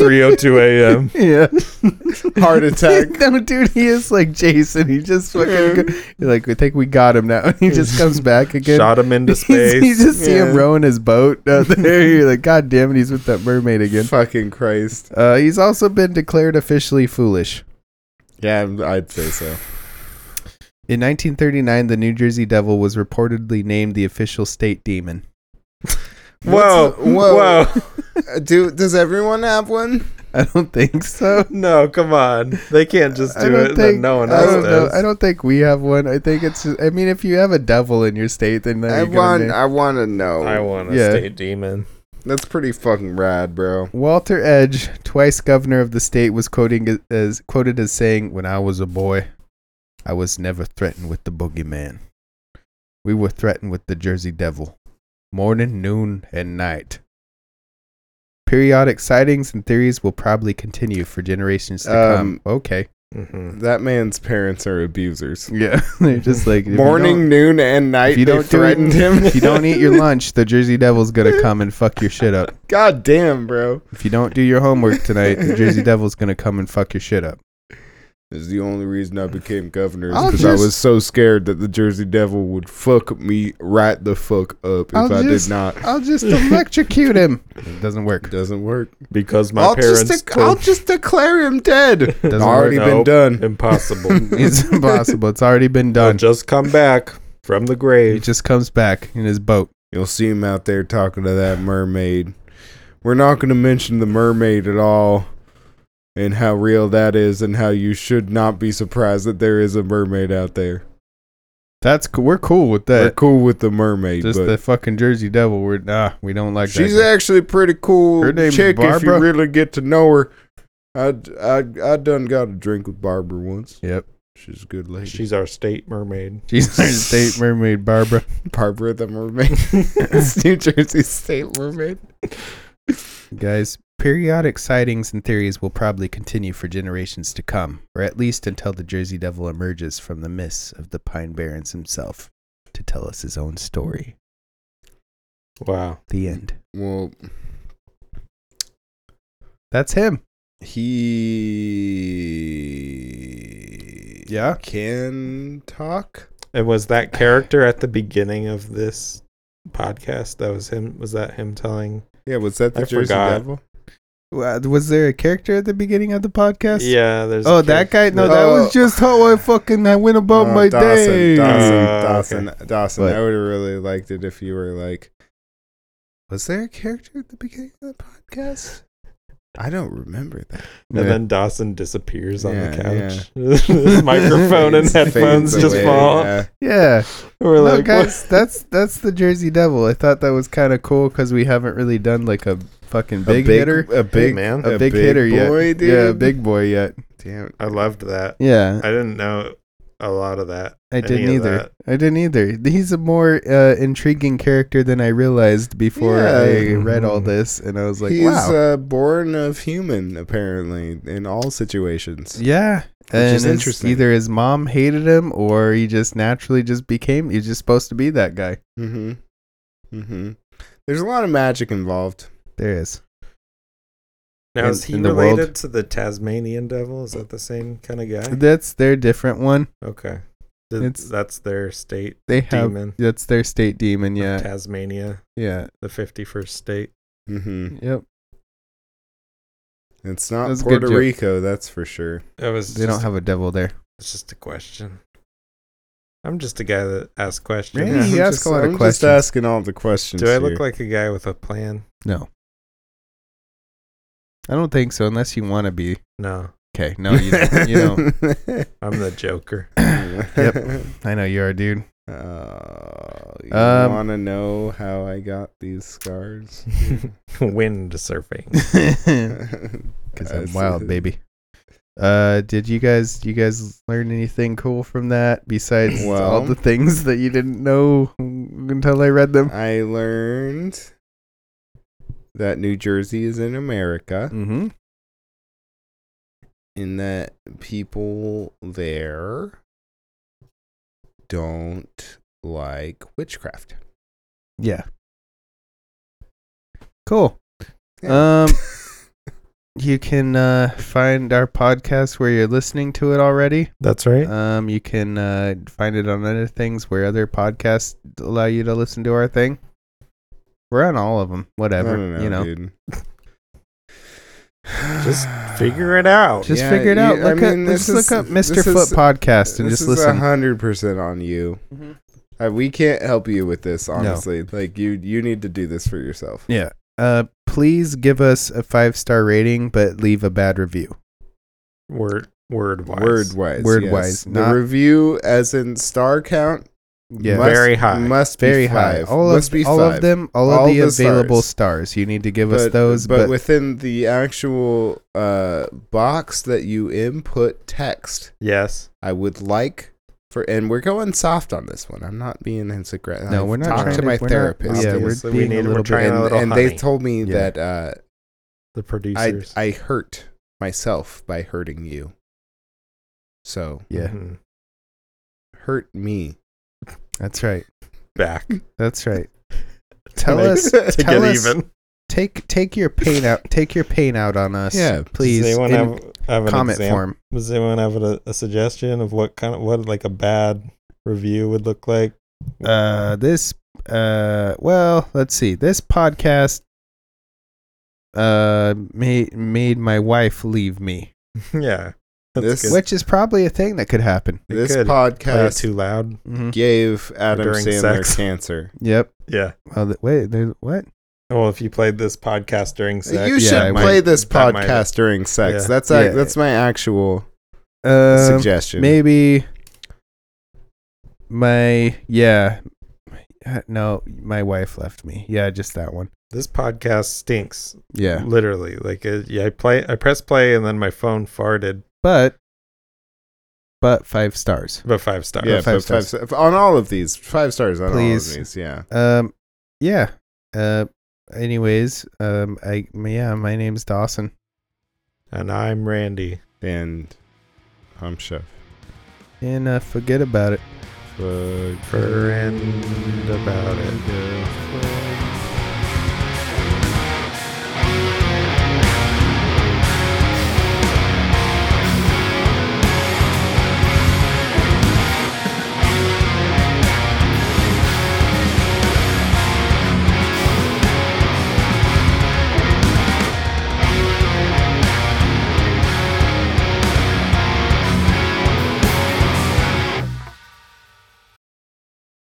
[SPEAKER 2] 3:02 a.m.
[SPEAKER 1] <laughs> Yeah.
[SPEAKER 3] <laughs> Heart attack.
[SPEAKER 1] <laughs> no, dude, he is like Jason. He just fucking go, you're like, we think we got him now. <laughs> And he just comes back again.
[SPEAKER 2] Shot him into
[SPEAKER 1] <laughs> He's-
[SPEAKER 2] space.
[SPEAKER 1] You just see him
[SPEAKER 3] Yeah.
[SPEAKER 1] rowing his boat out there. You're like, God damn it, he's with that mermaid again.
[SPEAKER 3] Fucking Christ.
[SPEAKER 1] Uh, he's also been declared officially foolish.
[SPEAKER 3] Yeah, I'm- I'd say so.
[SPEAKER 1] In 1939, the New Jersey Devil was reportedly named the official state demon.
[SPEAKER 2] Whoa,
[SPEAKER 3] What's- whoa.
[SPEAKER 2] whoa,
[SPEAKER 3] Uh, Do does everyone have one?
[SPEAKER 1] I don't think so.
[SPEAKER 2] No, come on. They can't <laughs> just
[SPEAKER 1] I
[SPEAKER 2] do
[SPEAKER 1] don't
[SPEAKER 2] it. Think, no one
[SPEAKER 1] I
[SPEAKER 2] else
[SPEAKER 1] don't know.
[SPEAKER 2] does.
[SPEAKER 1] I don't think we have one. I think it's. Just, I mean, if you have a devil in your state, then
[SPEAKER 3] I
[SPEAKER 1] you're gonna
[SPEAKER 3] want.
[SPEAKER 1] name-
[SPEAKER 3] I want to know.
[SPEAKER 2] I want a
[SPEAKER 1] Yeah.
[SPEAKER 2] state demon.
[SPEAKER 3] That's pretty fucking rad, bro.
[SPEAKER 1] Walter Edge, twice governor of the state, was quoting as quoted as saying, "When I was a boy, I was never threatened with the boogeyman. We were threatened with the Jersey Devil, morning, noon, and night." Periodic sightings and theories will probably continue for generations to
[SPEAKER 3] Um,
[SPEAKER 1] come. Okay.
[SPEAKER 2] Mhm.
[SPEAKER 3] That man's parents are abusers.
[SPEAKER 1] Yeah, <laughs> they're just like if you
[SPEAKER 3] Morning, noon, and night.
[SPEAKER 1] you
[SPEAKER 3] they
[SPEAKER 1] don't do it-
[SPEAKER 3] threatened him.
[SPEAKER 1] don't- <laughs> If you don't eat
[SPEAKER 3] <laughs>
[SPEAKER 1] your lunch, the Jersey Devil's gonna come and fuck your shit up.
[SPEAKER 3] God damn, bro.
[SPEAKER 1] If you don't do your homework tonight, the Jersey Devil's gonna come and fuck your shit up.
[SPEAKER 3] This is the only reason I became governor
[SPEAKER 1] I'll
[SPEAKER 3] because I
[SPEAKER 1] just-
[SPEAKER 3] was so scared that the Jersey Devil would fuck me right the fuck up if
[SPEAKER 1] I'll
[SPEAKER 3] I
[SPEAKER 1] just-
[SPEAKER 3] did not.
[SPEAKER 1] I'll just electrocute him. It <laughs> doesn't
[SPEAKER 3] It
[SPEAKER 1] work.
[SPEAKER 3] doesn't work.
[SPEAKER 2] Because my
[SPEAKER 3] I'll
[SPEAKER 2] parents
[SPEAKER 3] just, dec-
[SPEAKER 2] told <laughs>
[SPEAKER 3] I'll just declare him <laughs> dead.
[SPEAKER 1] Doesn't
[SPEAKER 3] Already
[SPEAKER 2] work.
[SPEAKER 3] been
[SPEAKER 2] Nope.
[SPEAKER 3] done. <laughs>
[SPEAKER 2] impossible.
[SPEAKER 1] <laughs> It's impossible. It's already been
[SPEAKER 2] He'll
[SPEAKER 1] done.
[SPEAKER 2] just come back from the
[SPEAKER 1] He <laughs>
[SPEAKER 2] grave.
[SPEAKER 1] just comes back in his boat.
[SPEAKER 3] You'll see him out there talking to that mermaid. We're not going to mention the mermaid at all and how real that is and how you should not be surprised that there is a mermaid out there.
[SPEAKER 1] That's cool. We're cool with
[SPEAKER 3] We're
[SPEAKER 1] that.
[SPEAKER 3] cool with the mermaid,
[SPEAKER 1] Just
[SPEAKER 3] but
[SPEAKER 1] the fucking Jersey Devil. We're nah. We don't like
[SPEAKER 3] she's
[SPEAKER 1] that.
[SPEAKER 3] actually pretty cool
[SPEAKER 1] Her name's
[SPEAKER 3] chick if you
[SPEAKER 1] Barbara?
[SPEAKER 3] really get to know her. I, I, I done got a drink with Barbara once.
[SPEAKER 1] Yep. <laughs>
[SPEAKER 3] She's a good lady.
[SPEAKER 2] She's our state mermaid.
[SPEAKER 1] She's our
[SPEAKER 3] <laughs>
[SPEAKER 1] state mermaid, Barbara.
[SPEAKER 3] Barbara the mermaid. <laughs> It's New Jersey state mermaid.
[SPEAKER 1] Guys, periodic sightings and theories will probably continue for generations to come, or at least until the Jersey Devil emerges from the mists of the Pine Barrens himself to tell us his own story.
[SPEAKER 2] Wow.
[SPEAKER 1] The end.
[SPEAKER 3] Well,
[SPEAKER 1] That's him.
[SPEAKER 3] he
[SPEAKER 1] Yeah.
[SPEAKER 3] can talk
[SPEAKER 2] And was that character at the beginning of this podcast? That was him. Was that him telling?
[SPEAKER 3] yeah was that the
[SPEAKER 2] I
[SPEAKER 3] jersey
[SPEAKER 2] forgot.
[SPEAKER 3] devil
[SPEAKER 1] Wa- Was there a character at the beginning of the podcast?
[SPEAKER 2] Yeah. There's. a
[SPEAKER 1] Oh, that guy? No, that
[SPEAKER 3] Oh.
[SPEAKER 1] was just how I fucking I went about
[SPEAKER 3] Oh,
[SPEAKER 1] my
[SPEAKER 3] dawson,
[SPEAKER 1] day.
[SPEAKER 3] dawson
[SPEAKER 2] Uh,
[SPEAKER 3] dawson dawson
[SPEAKER 1] What?
[SPEAKER 3] i would have really liked it if you were like
[SPEAKER 1] Was there a character at the beginning of the podcast?
[SPEAKER 3] i don't remember that
[SPEAKER 2] And then Dawson disappears on
[SPEAKER 3] Yeah,
[SPEAKER 2] the couch. <laughs> His <laughs> microphone and
[SPEAKER 3] <laughs>
[SPEAKER 1] Fades-
[SPEAKER 2] headphones
[SPEAKER 1] fades
[SPEAKER 2] just
[SPEAKER 1] away,
[SPEAKER 2] fall.
[SPEAKER 3] yeah.
[SPEAKER 1] yeah.
[SPEAKER 2] <laughs> We're
[SPEAKER 1] No,
[SPEAKER 2] like,
[SPEAKER 1] guys, that's that's the Jersey Devil. I thought that was kind of cool because we haven't really done like a fucking big, hitter,
[SPEAKER 3] a big
[SPEAKER 6] man.
[SPEAKER 1] a,
[SPEAKER 3] a
[SPEAKER 1] big,
[SPEAKER 3] big
[SPEAKER 1] hitter
[SPEAKER 3] boy,
[SPEAKER 1] yet. Yeah, a
[SPEAKER 3] dude.
[SPEAKER 1] big boy yet.
[SPEAKER 3] Damn it.
[SPEAKER 6] I loved that.
[SPEAKER 1] Yeah,
[SPEAKER 6] I didn't know a lot of that.
[SPEAKER 1] I didn't
[SPEAKER 6] any of
[SPEAKER 1] either.
[SPEAKER 6] that.
[SPEAKER 1] I didn't either. He's a more uh, intriguing character than I realized before
[SPEAKER 3] Yeah.
[SPEAKER 1] I read all this, and I was like,
[SPEAKER 3] He's
[SPEAKER 1] wow.
[SPEAKER 3] uh, born of human, apparently, in all situations.
[SPEAKER 1] yeah. And
[SPEAKER 3] is
[SPEAKER 1] it's
[SPEAKER 3] interesting.
[SPEAKER 1] either his mom hated him or he just naturally just became he's just supposed to be that guy.
[SPEAKER 3] Mm-hmm. Mm-hmm. There's a lot of magic involved.
[SPEAKER 1] There is.
[SPEAKER 6] Now
[SPEAKER 1] In-
[SPEAKER 6] is he
[SPEAKER 1] in the
[SPEAKER 6] related
[SPEAKER 1] world.
[SPEAKER 6] to the Tasmanian devil? Is that the same kind of guy?
[SPEAKER 1] That's their different one.
[SPEAKER 6] Okay, Th-
[SPEAKER 1] It's-
[SPEAKER 6] that's their state
[SPEAKER 1] They have
[SPEAKER 6] demon.
[SPEAKER 1] that's their state
[SPEAKER 6] of
[SPEAKER 1] demon, yeah.
[SPEAKER 6] Tasmania,
[SPEAKER 1] Yeah.
[SPEAKER 6] the fifty-first state.
[SPEAKER 3] Mm-hmm.
[SPEAKER 1] Yep.
[SPEAKER 3] It's not
[SPEAKER 1] That's a good
[SPEAKER 3] Puerto
[SPEAKER 1] joke.
[SPEAKER 3] Rico, that's for sure.
[SPEAKER 6] That was
[SPEAKER 1] They don't
[SPEAKER 6] just-
[SPEAKER 1] have a devil there.
[SPEAKER 6] It's just a question. I'm just a guy that asks
[SPEAKER 1] Really?
[SPEAKER 6] questions.
[SPEAKER 1] Yeah, you
[SPEAKER 3] I'm
[SPEAKER 1] ask
[SPEAKER 3] just,
[SPEAKER 1] a lot of
[SPEAKER 3] I'm
[SPEAKER 1] questions.
[SPEAKER 3] just asking all the
[SPEAKER 6] <laughs>
[SPEAKER 3] questions.
[SPEAKER 6] Do I
[SPEAKER 3] here.
[SPEAKER 6] look like a guy with a plan?
[SPEAKER 1] No. I don't think so unless you want to be.
[SPEAKER 6] No,
[SPEAKER 1] Okay, no you don't. you
[SPEAKER 3] <laughs>
[SPEAKER 1] don't.
[SPEAKER 6] I'm the
[SPEAKER 1] <laughs>
[SPEAKER 6] Joker. <laughs>
[SPEAKER 1] Yep. I know you are, dude.
[SPEAKER 3] Oh, you
[SPEAKER 1] Um,
[SPEAKER 3] want to know how I got
[SPEAKER 1] <laughs>
[SPEAKER 3] these scars? <laughs>
[SPEAKER 6] Wind surfing.
[SPEAKER 1] Because
[SPEAKER 3] Uh,
[SPEAKER 1] I'm
[SPEAKER 3] so- <laughs>
[SPEAKER 1] wild, baby. Uh, did you guys you guys learn anything cool from that besides all
[SPEAKER 3] <coughs> Well-
[SPEAKER 1] the things that you didn't know until I read them?
[SPEAKER 3] I learned that New Jersey is in America
[SPEAKER 1] Mm-hmm.
[SPEAKER 3] and that people there don't like witchcraft.
[SPEAKER 1] Yeah. Cool.
[SPEAKER 3] Yeah. <laughs>
[SPEAKER 1] Um, you can uh, find our podcast where you're listening to it already.
[SPEAKER 6] That's right.
[SPEAKER 1] Um, you can uh, find it on other things where other podcasts allow you to listen to our thing. We're on all of them.
[SPEAKER 3] I
[SPEAKER 1] Whatever
[SPEAKER 3] don't
[SPEAKER 1] you know.
[SPEAKER 3] dude.
[SPEAKER 6] Just Uh, figure it out.
[SPEAKER 1] Just
[SPEAKER 3] Yeah,
[SPEAKER 1] figure it out.
[SPEAKER 3] you- I
[SPEAKER 1] Look up,
[SPEAKER 3] mean,
[SPEAKER 1] let's
[SPEAKER 3] this
[SPEAKER 1] look
[SPEAKER 3] is-
[SPEAKER 1] up Mr.
[SPEAKER 3] this
[SPEAKER 1] Foot
[SPEAKER 3] is-
[SPEAKER 1] Podcast and
[SPEAKER 3] <sighs> this
[SPEAKER 1] just
[SPEAKER 3] is
[SPEAKER 1] listen.
[SPEAKER 3] hundred percent on you.
[SPEAKER 1] Mm-hmm.
[SPEAKER 3] Uh, we can't help you with this, honestly. Like you, you need to do this for yourself.
[SPEAKER 1] Yeah. Uh, please give us a five star rating, but leave a bad review.
[SPEAKER 6] Word, word wise.
[SPEAKER 3] Word wise,
[SPEAKER 1] Word
[SPEAKER 3] yes.
[SPEAKER 1] wise,
[SPEAKER 3] the
[SPEAKER 1] not-
[SPEAKER 3] review as in star count.
[SPEAKER 1] Yeah.
[SPEAKER 3] must-
[SPEAKER 6] Very high.
[SPEAKER 3] Must be
[SPEAKER 1] Very high.
[SPEAKER 3] five.
[SPEAKER 1] All
[SPEAKER 3] must
[SPEAKER 1] of
[SPEAKER 3] be
[SPEAKER 1] all
[SPEAKER 3] five.
[SPEAKER 1] of them, all,
[SPEAKER 3] All
[SPEAKER 1] of the,
[SPEAKER 3] the
[SPEAKER 1] available
[SPEAKER 3] stars.
[SPEAKER 1] stars. You need to give us those.
[SPEAKER 3] but,
[SPEAKER 1] But,
[SPEAKER 3] within the actual uh, box that you input text,
[SPEAKER 6] Yes.
[SPEAKER 3] I would like for, and we're going soft on this one. I'm not being insecret.
[SPEAKER 1] no, we're not
[SPEAKER 3] Talk
[SPEAKER 1] trying
[SPEAKER 3] to my
[SPEAKER 1] we're not-
[SPEAKER 3] therapist.
[SPEAKER 1] yeah, we're
[SPEAKER 6] Obviously, we
[SPEAKER 1] being
[SPEAKER 6] need-
[SPEAKER 1] a
[SPEAKER 6] we're
[SPEAKER 1] little bit.
[SPEAKER 6] trying
[SPEAKER 3] and,
[SPEAKER 6] a little
[SPEAKER 3] and they
[SPEAKER 6] honey.
[SPEAKER 3] told me
[SPEAKER 1] Yeah.
[SPEAKER 3] that uh,
[SPEAKER 6] The
[SPEAKER 3] I
[SPEAKER 6] producers.
[SPEAKER 3] I hurt myself by hurting you. So
[SPEAKER 1] Yeah,
[SPEAKER 6] Mhm.
[SPEAKER 3] hurt me.
[SPEAKER 1] that's right. <laughs>
[SPEAKER 6] Back.
[SPEAKER 1] That's
[SPEAKER 3] <laughs>
[SPEAKER 1] right. Tell
[SPEAKER 6] make-
[SPEAKER 1] us.
[SPEAKER 6] to
[SPEAKER 1] tell
[SPEAKER 6] get
[SPEAKER 1] us-
[SPEAKER 6] even.
[SPEAKER 1] Take take your pain out. Take your pain out on us.
[SPEAKER 3] Yeah.
[SPEAKER 1] please.
[SPEAKER 2] Does anyone
[SPEAKER 1] in
[SPEAKER 2] have, have an
[SPEAKER 1] comment
[SPEAKER 2] example?
[SPEAKER 1] form.
[SPEAKER 2] Does anyone have a, a suggestion of what kind of what like a bad review would look like?
[SPEAKER 1] uh this uh well let's see this podcast uh made made my wife leave me
[SPEAKER 6] <laughs> Yeah. That's
[SPEAKER 3] This-
[SPEAKER 6] good.
[SPEAKER 1] which is probably a thing that could happen
[SPEAKER 6] They
[SPEAKER 3] this
[SPEAKER 6] could Play it
[SPEAKER 3] podcast
[SPEAKER 6] too loud.
[SPEAKER 1] mm-hmm.
[SPEAKER 3] gave Adam
[SPEAKER 6] During
[SPEAKER 3] Sandler
[SPEAKER 6] sex. <laughs>
[SPEAKER 3] cancer.
[SPEAKER 1] yep
[SPEAKER 6] Yeah.
[SPEAKER 1] well th- wait there, what
[SPEAKER 2] Well, if you played this podcast during sex,
[SPEAKER 3] You
[SPEAKER 1] Yeah,
[SPEAKER 3] should
[SPEAKER 1] I
[SPEAKER 3] play
[SPEAKER 6] might-
[SPEAKER 3] this
[SPEAKER 6] that might-
[SPEAKER 3] podcast during sex.
[SPEAKER 6] Yeah.
[SPEAKER 3] That's a,
[SPEAKER 1] Yeah.
[SPEAKER 3] that's my actual
[SPEAKER 1] um,
[SPEAKER 3] suggestion.
[SPEAKER 1] maybe my yeah Uh, no my wife left me yeah just that one
[SPEAKER 6] This podcast stinks.
[SPEAKER 1] yeah
[SPEAKER 6] Literally. Like uh, yeah, I play I press play and then my phone farted
[SPEAKER 1] but but five stars
[SPEAKER 6] about five stars.
[SPEAKER 3] yeah,
[SPEAKER 1] five
[SPEAKER 3] but five
[SPEAKER 1] stars.
[SPEAKER 3] sta- on all of these, five stars on
[SPEAKER 1] Please.
[SPEAKER 3] all of these. Yeah,
[SPEAKER 1] Um, yeah. Uh, anyways, um, I yeah, my name's Dawson.
[SPEAKER 6] And I'm Randy.
[SPEAKER 3] and I'm chef.
[SPEAKER 1] And uh, forget about it.
[SPEAKER 3] Fuck.
[SPEAKER 6] Friend about it.